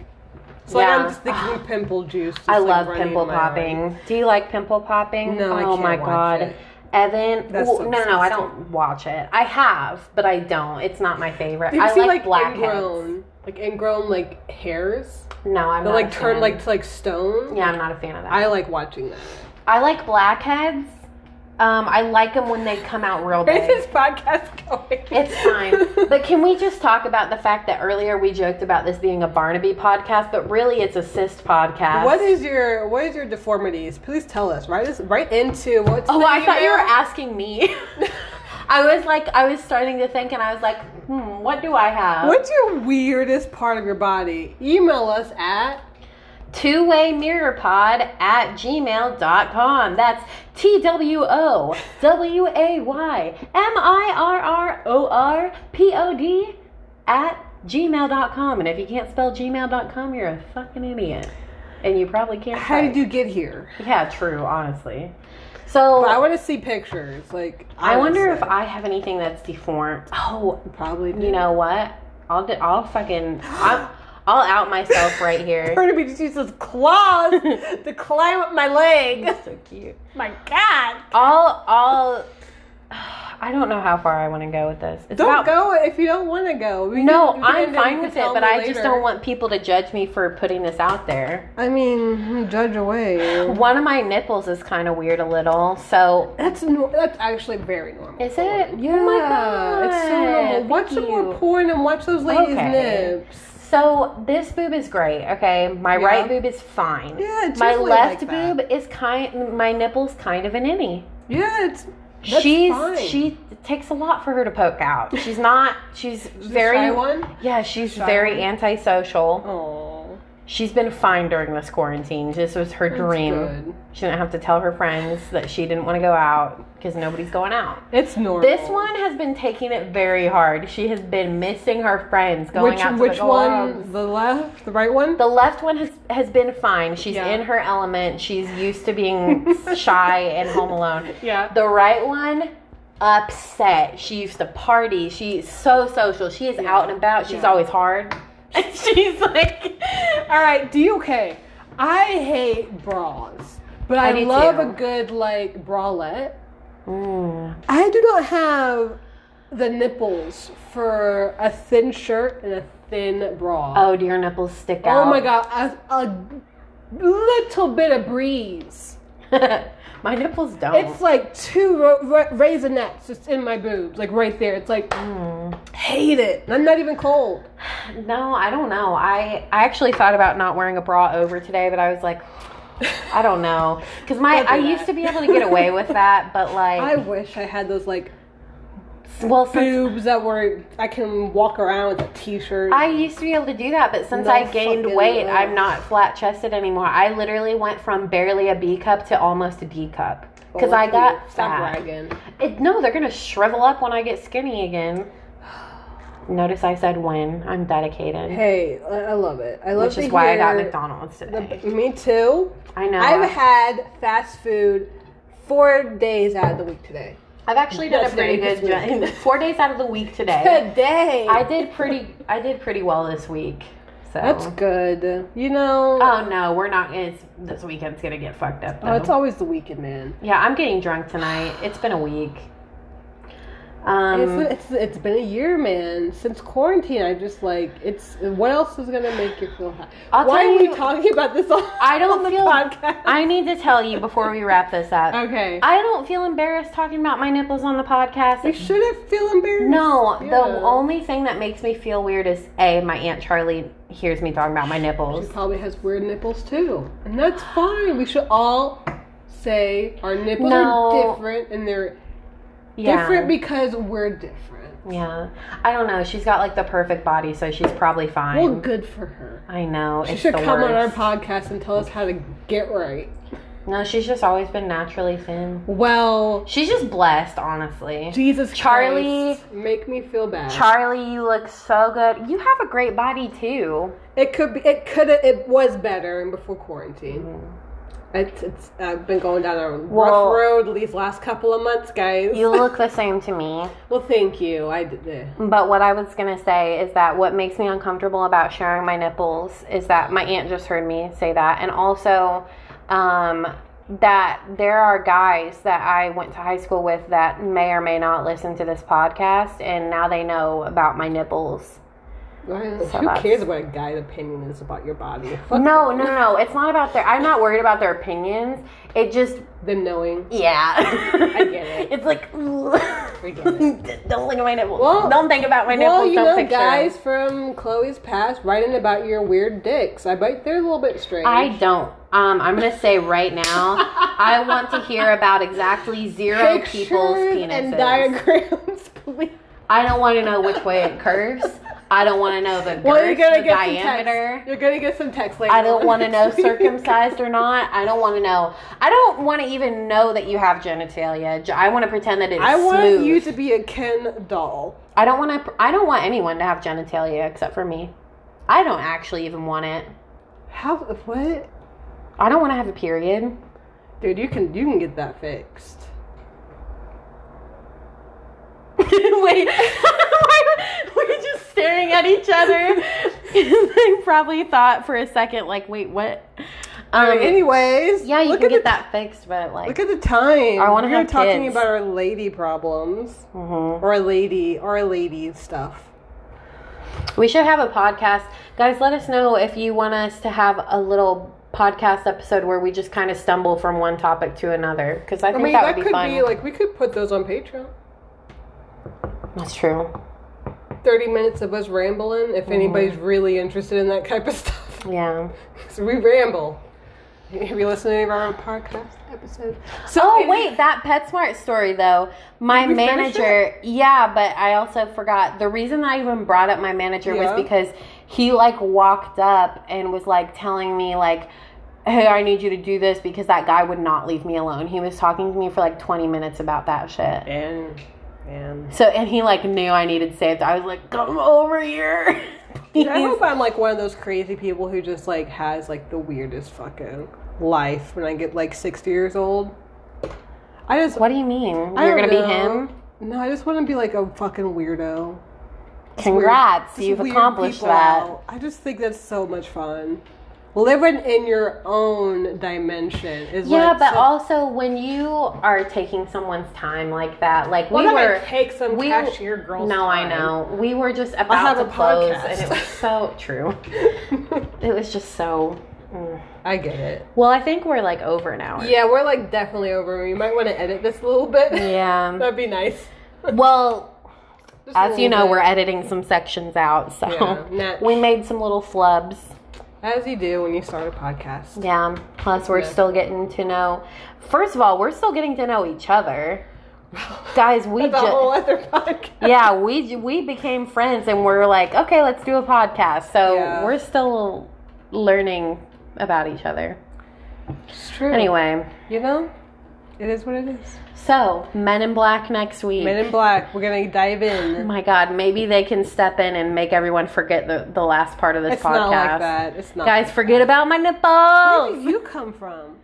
[SPEAKER 2] So like,
[SPEAKER 1] Yeah.
[SPEAKER 2] I'm just thinking pimple juice. just,
[SPEAKER 1] I
[SPEAKER 2] like,
[SPEAKER 1] love
[SPEAKER 2] running in
[SPEAKER 1] pimple
[SPEAKER 2] my arm.
[SPEAKER 1] popping. Do you like pimple popping?
[SPEAKER 2] No, I
[SPEAKER 1] Oh
[SPEAKER 2] can't
[SPEAKER 1] my
[SPEAKER 2] watch
[SPEAKER 1] god.
[SPEAKER 2] it.
[SPEAKER 1] Evan,
[SPEAKER 2] That's
[SPEAKER 1] well,
[SPEAKER 2] so
[SPEAKER 1] no, no, no, I
[SPEAKER 2] disgusting.
[SPEAKER 1] don't watch it. I have, but I don't. It's not my favorite.
[SPEAKER 2] Did you
[SPEAKER 1] I
[SPEAKER 2] see
[SPEAKER 1] like,
[SPEAKER 2] like,
[SPEAKER 1] black
[SPEAKER 2] ingrown, like ingrown like hairs?
[SPEAKER 1] No, I'm
[SPEAKER 2] They
[SPEAKER 1] not.
[SPEAKER 2] like
[SPEAKER 1] a
[SPEAKER 2] turn
[SPEAKER 1] fan.
[SPEAKER 2] like to like stone.
[SPEAKER 1] Yeah, I'm not a fan of that.
[SPEAKER 2] I
[SPEAKER 1] I,
[SPEAKER 2] like watching that.
[SPEAKER 1] like blackheads. Um, I like them when they come out real big.
[SPEAKER 2] Where's this podcast going?
[SPEAKER 1] It's fine. But can we just talk about the fact that earlier we joked about this being a Barnaby podcast, but really it's a cyst podcast.
[SPEAKER 2] what is your what is your deformities? Please tell us. Write us right into what's
[SPEAKER 1] Oh,
[SPEAKER 2] the
[SPEAKER 1] I thought you were
[SPEAKER 2] email?
[SPEAKER 1] asking me. I was like, I was starting to think, and I was like, hmm, what do I have?
[SPEAKER 2] What's your weirdest part of your body? Email us at
[SPEAKER 1] Two way mirror pod at gmail.com. That's T W O W A Y M I R R O R P O D at gmail.com. And if you can't spell gmail.com, you're a fucking idiot. And you probably can't.
[SPEAKER 2] How
[SPEAKER 1] type.
[SPEAKER 2] did you get here?
[SPEAKER 1] yeah, true, honestly. So
[SPEAKER 2] I
[SPEAKER 1] I
[SPEAKER 2] want to see pictures. Like
[SPEAKER 1] wonder if
[SPEAKER 2] honestly.
[SPEAKER 1] I have anything that's deformed. Oh,
[SPEAKER 2] probably do.
[SPEAKER 1] You know what? I'll do, I'll fucking I'll, I'll out myself right here.
[SPEAKER 2] Barnaby just used his claws to climb up my leg.
[SPEAKER 1] so cute.
[SPEAKER 2] my God.
[SPEAKER 1] I'll I'll I don't know how far I want to go with this. It's
[SPEAKER 2] Don't
[SPEAKER 1] about-
[SPEAKER 2] go if you don't want to go. We
[SPEAKER 1] No,
[SPEAKER 2] can- we can
[SPEAKER 1] I'm
[SPEAKER 2] end
[SPEAKER 1] fine
[SPEAKER 2] you
[SPEAKER 1] with
[SPEAKER 2] can
[SPEAKER 1] it,
[SPEAKER 2] tell
[SPEAKER 1] but
[SPEAKER 2] me
[SPEAKER 1] I just
[SPEAKER 2] later.
[SPEAKER 1] don't want people to judge me for putting this out there.
[SPEAKER 2] I mean, judge away.
[SPEAKER 1] One of my nipples is kind of weird a little, so
[SPEAKER 2] That's no, that's actually very normal.
[SPEAKER 1] is it?
[SPEAKER 2] Yeah,
[SPEAKER 1] Oh my god,
[SPEAKER 2] it's so normal.
[SPEAKER 1] thank
[SPEAKER 2] Watch some more
[SPEAKER 1] you.
[SPEAKER 2] porn and watch those ladies'
[SPEAKER 1] Okay.
[SPEAKER 2] nips.
[SPEAKER 1] So this boob is great. Okay, my
[SPEAKER 2] Yeah.
[SPEAKER 1] right boob is fine.
[SPEAKER 2] Yeah, it's
[SPEAKER 1] my
[SPEAKER 2] usually
[SPEAKER 1] left
[SPEAKER 2] like that.
[SPEAKER 1] boob is kind. My nipple's kind of an innie.
[SPEAKER 2] Yeah, it's that's
[SPEAKER 1] she's
[SPEAKER 2] fine.
[SPEAKER 1] she it takes a lot for her to poke out. She's not. She's very.
[SPEAKER 2] shy one?
[SPEAKER 1] Yeah, she's
[SPEAKER 2] Shy
[SPEAKER 1] very
[SPEAKER 2] one?
[SPEAKER 1] antisocial.
[SPEAKER 2] Oh,
[SPEAKER 1] She's been fine during this quarantine. This was her dream.
[SPEAKER 2] good.
[SPEAKER 1] She didn't have to tell her friends that she didn't want to go out because nobody's going out.
[SPEAKER 2] it's normal.
[SPEAKER 1] This one has been taking it very hard. She has been missing her friends going
[SPEAKER 2] which
[SPEAKER 1] out. To
[SPEAKER 2] which
[SPEAKER 1] the clubs.
[SPEAKER 2] one? The left, the right one.
[SPEAKER 1] The left one has has been fine. She's
[SPEAKER 2] Yeah.
[SPEAKER 1] in her element. She's used to being shy and home alone.
[SPEAKER 2] Yeah.
[SPEAKER 1] The right one upset. She used to party. She's so social. She is out and about. She's always hard. And she's like
[SPEAKER 2] All right, do you okay? I hate bras, but I,
[SPEAKER 1] do
[SPEAKER 2] love
[SPEAKER 1] too.
[SPEAKER 2] a good like bralette.
[SPEAKER 1] mm.
[SPEAKER 2] I do not have the nipples for a thin shirt and a thin bra.
[SPEAKER 1] Oh, do your nipples stick
[SPEAKER 2] Oh,
[SPEAKER 1] out?
[SPEAKER 2] my god, a, a little bit of breeze.
[SPEAKER 1] god. my nipples don't.
[SPEAKER 2] It's like two ro- ra- raisinets just in my boobs, like right there. It's like
[SPEAKER 1] Mm.
[SPEAKER 2] hate it. And I'm not even cold.
[SPEAKER 1] No, I don't know. I I actually thought about not wearing a bra over today, but I was like, I don't know, because my
[SPEAKER 2] Don't do
[SPEAKER 1] I
[SPEAKER 2] that.
[SPEAKER 1] used to be able to get away with that, but
[SPEAKER 2] I
[SPEAKER 1] like,
[SPEAKER 2] wish I had those like
[SPEAKER 1] well, since
[SPEAKER 2] boobs that were I can walk around with a t-shirt.
[SPEAKER 1] I used to be able to do that, but since
[SPEAKER 2] No
[SPEAKER 1] I gained
[SPEAKER 2] fucking
[SPEAKER 1] weight,
[SPEAKER 2] way.
[SPEAKER 1] I'm not flat chested anymore. I literally went from barely a B cup to almost a D cup because
[SPEAKER 2] Well,
[SPEAKER 1] I got
[SPEAKER 2] please, Oh, stop
[SPEAKER 1] fat.
[SPEAKER 2] bragging.
[SPEAKER 1] It, no, they're gonna shrivel up when I get skinny again. Notice I said when. I'm dedicated,
[SPEAKER 2] Hey, I I love it. I love
[SPEAKER 1] which
[SPEAKER 2] to
[SPEAKER 1] is why I got
[SPEAKER 2] hear
[SPEAKER 1] McDonald's today.
[SPEAKER 2] the- me too.
[SPEAKER 1] I know.
[SPEAKER 2] I've had fast food four days out of the week today.
[SPEAKER 1] I've actually done a
[SPEAKER 2] That's
[SPEAKER 1] pretty
[SPEAKER 2] very
[SPEAKER 1] good job.
[SPEAKER 2] good.
[SPEAKER 1] Four days out of the week today,
[SPEAKER 2] Today.
[SPEAKER 1] I did pretty. I did pretty well this week. So
[SPEAKER 2] That's good. You know,
[SPEAKER 1] Oh no, we're not. It's this weekend's gonna get fucked up.
[SPEAKER 2] oh,
[SPEAKER 1] Though.
[SPEAKER 2] it's always the weekend, man.
[SPEAKER 1] yeah, I'm getting drunk tonight. It's been a week. Um,
[SPEAKER 2] it's, it's it's been a year, man, since quarantine. I just like it's. What else is gonna make you feel happy?
[SPEAKER 1] I'll
[SPEAKER 2] Why
[SPEAKER 1] tell
[SPEAKER 2] are
[SPEAKER 1] you-
[SPEAKER 2] we talking about this on,
[SPEAKER 1] I don't
[SPEAKER 2] on the
[SPEAKER 1] feel-
[SPEAKER 2] podcast?
[SPEAKER 1] I need to tell you before we wrap this up.
[SPEAKER 2] okay.
[SPEAKER 1] I don't feel embarrassed talking about my nipples on the podcast.
[SPEAKER 2] you shouldn't feel embarrassed.
[SPEAKER 1] No,
[SPEAKER 2] Yeah.
[SPEAKER 1] the only thing that makes me feel weird is a my aunt Charlie hears me talking about my nipples.
[SPEAKER 2] She probably has weird nipples too, and that's fine. We should all say our nipples
[SPEAKER 1] No.
[SPEAKER 2] are different, and they're
[SPEAKER 1] Yeah.
[SPEAKER 2] different because we're different.
[SPEAKER 1] Yeah, I don't know. She's got like the perfect body, so she's probably fine.
[SPEAKER 2] Well, good for her.
[SPEAKER 1] I know.
[SPEAKER 2] She
[SPEAKER 1] it's
[SPEAKER 2] should
[SPEAKER 1] the
[SPEAKER 2] come on our
[SPEAKER 1] worst.
[SPEAKER 2] podcast and tell us how to get right.
[SPEAKER 1] No, she's just always been naturally thin.
[SPEAKER 2] Well,
[SPEAKER 1] She's just blessed, honestly.
[SPEAKER 2] Jesus
[SPEAKER 1] Charlie-
[SPEAKER 2] Christ, make me feel bad.
[SPEAKER 1] Charlie, you look so good. You have a great body too.
[SPEAKER 2] it could be. It could. It was better before quarantine. It's. It's. I've been going down a
[SPEAKER 1] Mm-hmm. Well-
[SPEAKER 2] rough road these last couple of months, guys.
[SPEAKER 1] You look the same to me.
[SPEAKER 2] well, thank you. I did. eh.
[SPEAKER 1] But what I was gonna say is that what makes me uncomfortable about sharing my nipples is that my aunt just heard me say that, and also um, that there are guys that I went to high school with that may or may not listen to this podcast, and now they know about my nipples.
[SPEAKER 2] Who
[SPEAKER 1] that's-
[SPEAKER 2] cares what a guy's opinion is about your body? Fuck
[SPEAKER 1] No, no, no, it's not about their. I'm not worried about their opinions. It just,
[SPEAKER 2] them knowing.
[SPEAKER 1] yeah, I
[SPEAKER 2] get it.
[SPEAKER 1] It's like, ooh.
[SPEAKER 2] get
[SPEAKER 1] don't look at my nipples.
[SPEAKER 2] Well-
[SPEAKER 1] don't think about my nipples.
[SPEAKER 2] Well, you
[SPEAKER 1] don't
[SPEAKER 2] know,
[SPEAKER 1] picture 'em.
[SPEAKER 2] guys from Chloe's past writing about your weird dicks. I bet they're a little bit strange.
[SPEAKER 1] I don't. Um, I'm gonna say right now, I want to hear about exactly zero people's
[SPEAKER 2] Pictures
[SPEAKER 1] penises.
[SPEAKER 2] and diagrams, please.
[SPEAKER 1] I don't want to know which way it curves. I don't want to know the girth,
[SPEAKER 2] Well, you're gonna
[SPEAKER 1] the
[SPEAKER 2] get some
[SPEAKER 1] diameter.
[SPEAKER 2] text. You're gonna get some text later.
[SPEAKER 1] I don't want to know
[SPEAKER 2] circumstances.
[SPEAKER 1] circumcised or not. I don't want to know. I don't want to even know that you have genitalia. J- I want to pretend that it's
[SPEAKER 2] I want
[SPEAKER 1] smooth.
[SPEAKER 2] you to be a Ken doll.
[SPEAKER 1] I don't want to. I don't want anyone to have genitalia except for me. I don't actually even want it.
[SPEAKER 2] How? What?
[SPEAKER 1] I don't want to have a period.
[SPEAKER 2] Dude, you can you can get that fixed.
[SPEAKER 1] Wait, we're just staring at each other. I probably thought for a second, like, wait, what? Um,
[SPEAKER 2] Anyways,
[SPEAKER 1] yeah, you
[SPEAKER 2] look
[SPEAKER 1] can
[SPEAKER 2] at
[SPEAKER 1] get
[SPEAKER 2] the,
[SPEAKER 1] that fixed, but like,
[SPEAKER 2] Look at the time.
[SPEAKER 1] I wanna
[SPEAKER 2] We're
[SPEAKER 1] have
[SPEAKER 2] talking
[SPEAKER 1] kids.
[SPEAKER 2] about our lady problems
[SPEAKER 1] mhm.
[SPEAKER 2] or our lady or our lady stuff.
[SPEAKER 1] we should have a podcast, guys. Let us know if you want us to have a little podcast episode where we just kind of stumble from one topic to another because I
[SPEAKER 2] I
[SPEAKER 1] think
[SPEAKER 2] mean,
[SPEAKER 1] that,
[SPEAKER 2] that,
[SPEAKER 1] would be
[SPEAKER 2] could
[SPEAKER 1] fun.
[SPEAKER 2] be like we could put those on Patreon.
[SPEAKER 1] That's true.
[SPEAKER 2] Thirty minutes of us rambling.
[SPEAKER 1] Mm-hmm.
[SPEAKER 2] If anybody's really interested in that type of stuff,
[SPEAKER 1] Yeah.
[SPEAKER 2] so we ramble. Have you listened to any of our podcast episodes? So
[SPEAKER 1] Oh
[SPEAKER 2] any-
[SPEAKER 1] wait, that PetSmart story though. My
[SPEAKER 2] we finish
[SPEAKER 1] manager, yeah, but I also forgot. The reason I even brought up my manager
[SPEAKER 2] Yeah.
[SPEAKER 1] was because he like walked up and was like telling me like, "Hey, I need you to do this because that guy would not leave me alone." He was talking to me for like 20 minutes about that shit.
[SPEAKER 2] And and
[SPEAKER 1] So and he like knew I needed saved. I was like, "Come over here."
[SPEAKER 2] I
[SPEAKER 1] please."
[SPEAKER 2] hope I'm like one of those crazy people who just like has like the weirdest fucking life when I get like 60 years old. I just
[SPEAKER 1] What do you mean?
[SPEAKER 2] I
[SPEAKER 1] You're going
[SPEAKER 2] don't
[SPEAKER 1] to be
[SPEAKER 2] know.
[SPEAKER 1] him?
[SPEAKER 2] No, I just want to be like a fucking weirdo.
[SPEAKER 1] Congrats.
[SPEAKER 2] Just
[SPEAKER 1] You've
[SPEAKER 2] weird
[SPEAKER 1] accomplished
[SPEAKER 2] people
[SPEAKER 1] that.
[SPEAKER 2] out. I just think that's so much fun. living in your own dimension is
[SPEAKER 1] yeah,
[SPEAKER 2] like
[SPEAKER 1] but
[SPEAKER 2] so-
[SPEAKER 1] also when you are taking someone's time like that, like
[SPEAKER 2] Well,
[SPEAKER 1] we
[SPEAKER 2] I'm not
[SPEAKER 1] were
[SPEAKER 2] gonna take some
[SPEAKER 1] we-
[SPEAKER 2] cash to your girl's
[SPEAKER 1] No, I
[SPEAKER 2] time.
[SPEAKER 1] know. We were just
[SPEAKER 2] have
[SPEAKER 1] about
[SPEAKER 2] a
[SPEAKER 1] to close, and
[SPEAKER 2] podcast.
[SPEAKER 1] it was so true. It was just so. mm.
[SPEAKER 2] I get it.
[SPEAKER 1] Well, I think we're like over an hour.
[SPEAKER 2] Yeah, we're like definitely over. You might want to edit this a little bit.
[SPEAKER 1] Yeah.
[SPEAKER 2] That'd be nice.
[SPEAKER 1] Well,
[SPEAKER 2] Just a
[SPEAKER 1] as you
[SPEAKER 2] little
[SPEAKER 1] know,
[SPEAKER 2] bit.
[SPEAKER 1] we're editing some sections out, so
[SPEAKER 2] Yeah, not-
[SPEAKER 1] we made some little flubs.
[SPEAKER 2] as you do when you start a podcast.
[SPEAKER 1] Yeah. Plus, we're still getting to know. First of all, we're still getting to know each other, guys. We
[SPEAKER 2] That's a
[SPEAKER 1] just
[SPEAKER 2] whole other podcast.
[SPEAKER 1] yeah, we j- we became friends and we're like, okay, let's do a podcast. So
[SPEAKER 2] Yeah.
[SPEAKER 1] we're still learning about each other.
[SPEAKER 2] It's true.
[SPEAKER 1] Anyway,
[SPEAKER 2] you know, it is what it is.
[SPEAKER 1] so Men in Black next week.
[SPEAKER 2] Men in Black. We're gonna dive
[SPEAKER 1] oh
[SPEAKER 2] in.
[SPEAKER 1] my God, maybe they can step in and make everyone forget the, the last part of this
[SPEAKER 2] It's
[SPEAKER 1] podcast.
[SPEAKER 2] not like that. It's not.
[SPEAKER 1] Guys, forget about my
[SPEAKER 2] where did
[SPEAKER 1] nipples.
[SPEAKER 2] you come from?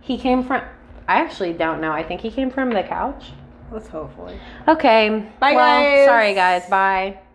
[SPEAKER 1] He came from. I actually don't know. I think he came from the couch.
[SPEAKER 2] Let's hopefully.
[SPEAKER 1] Okay.
[SPEAKER 2] Bye,
[SPEAKER 1] well,
[SPEAKER 2] guys.
[SPEAKER 1] Sorry, guys. Bye.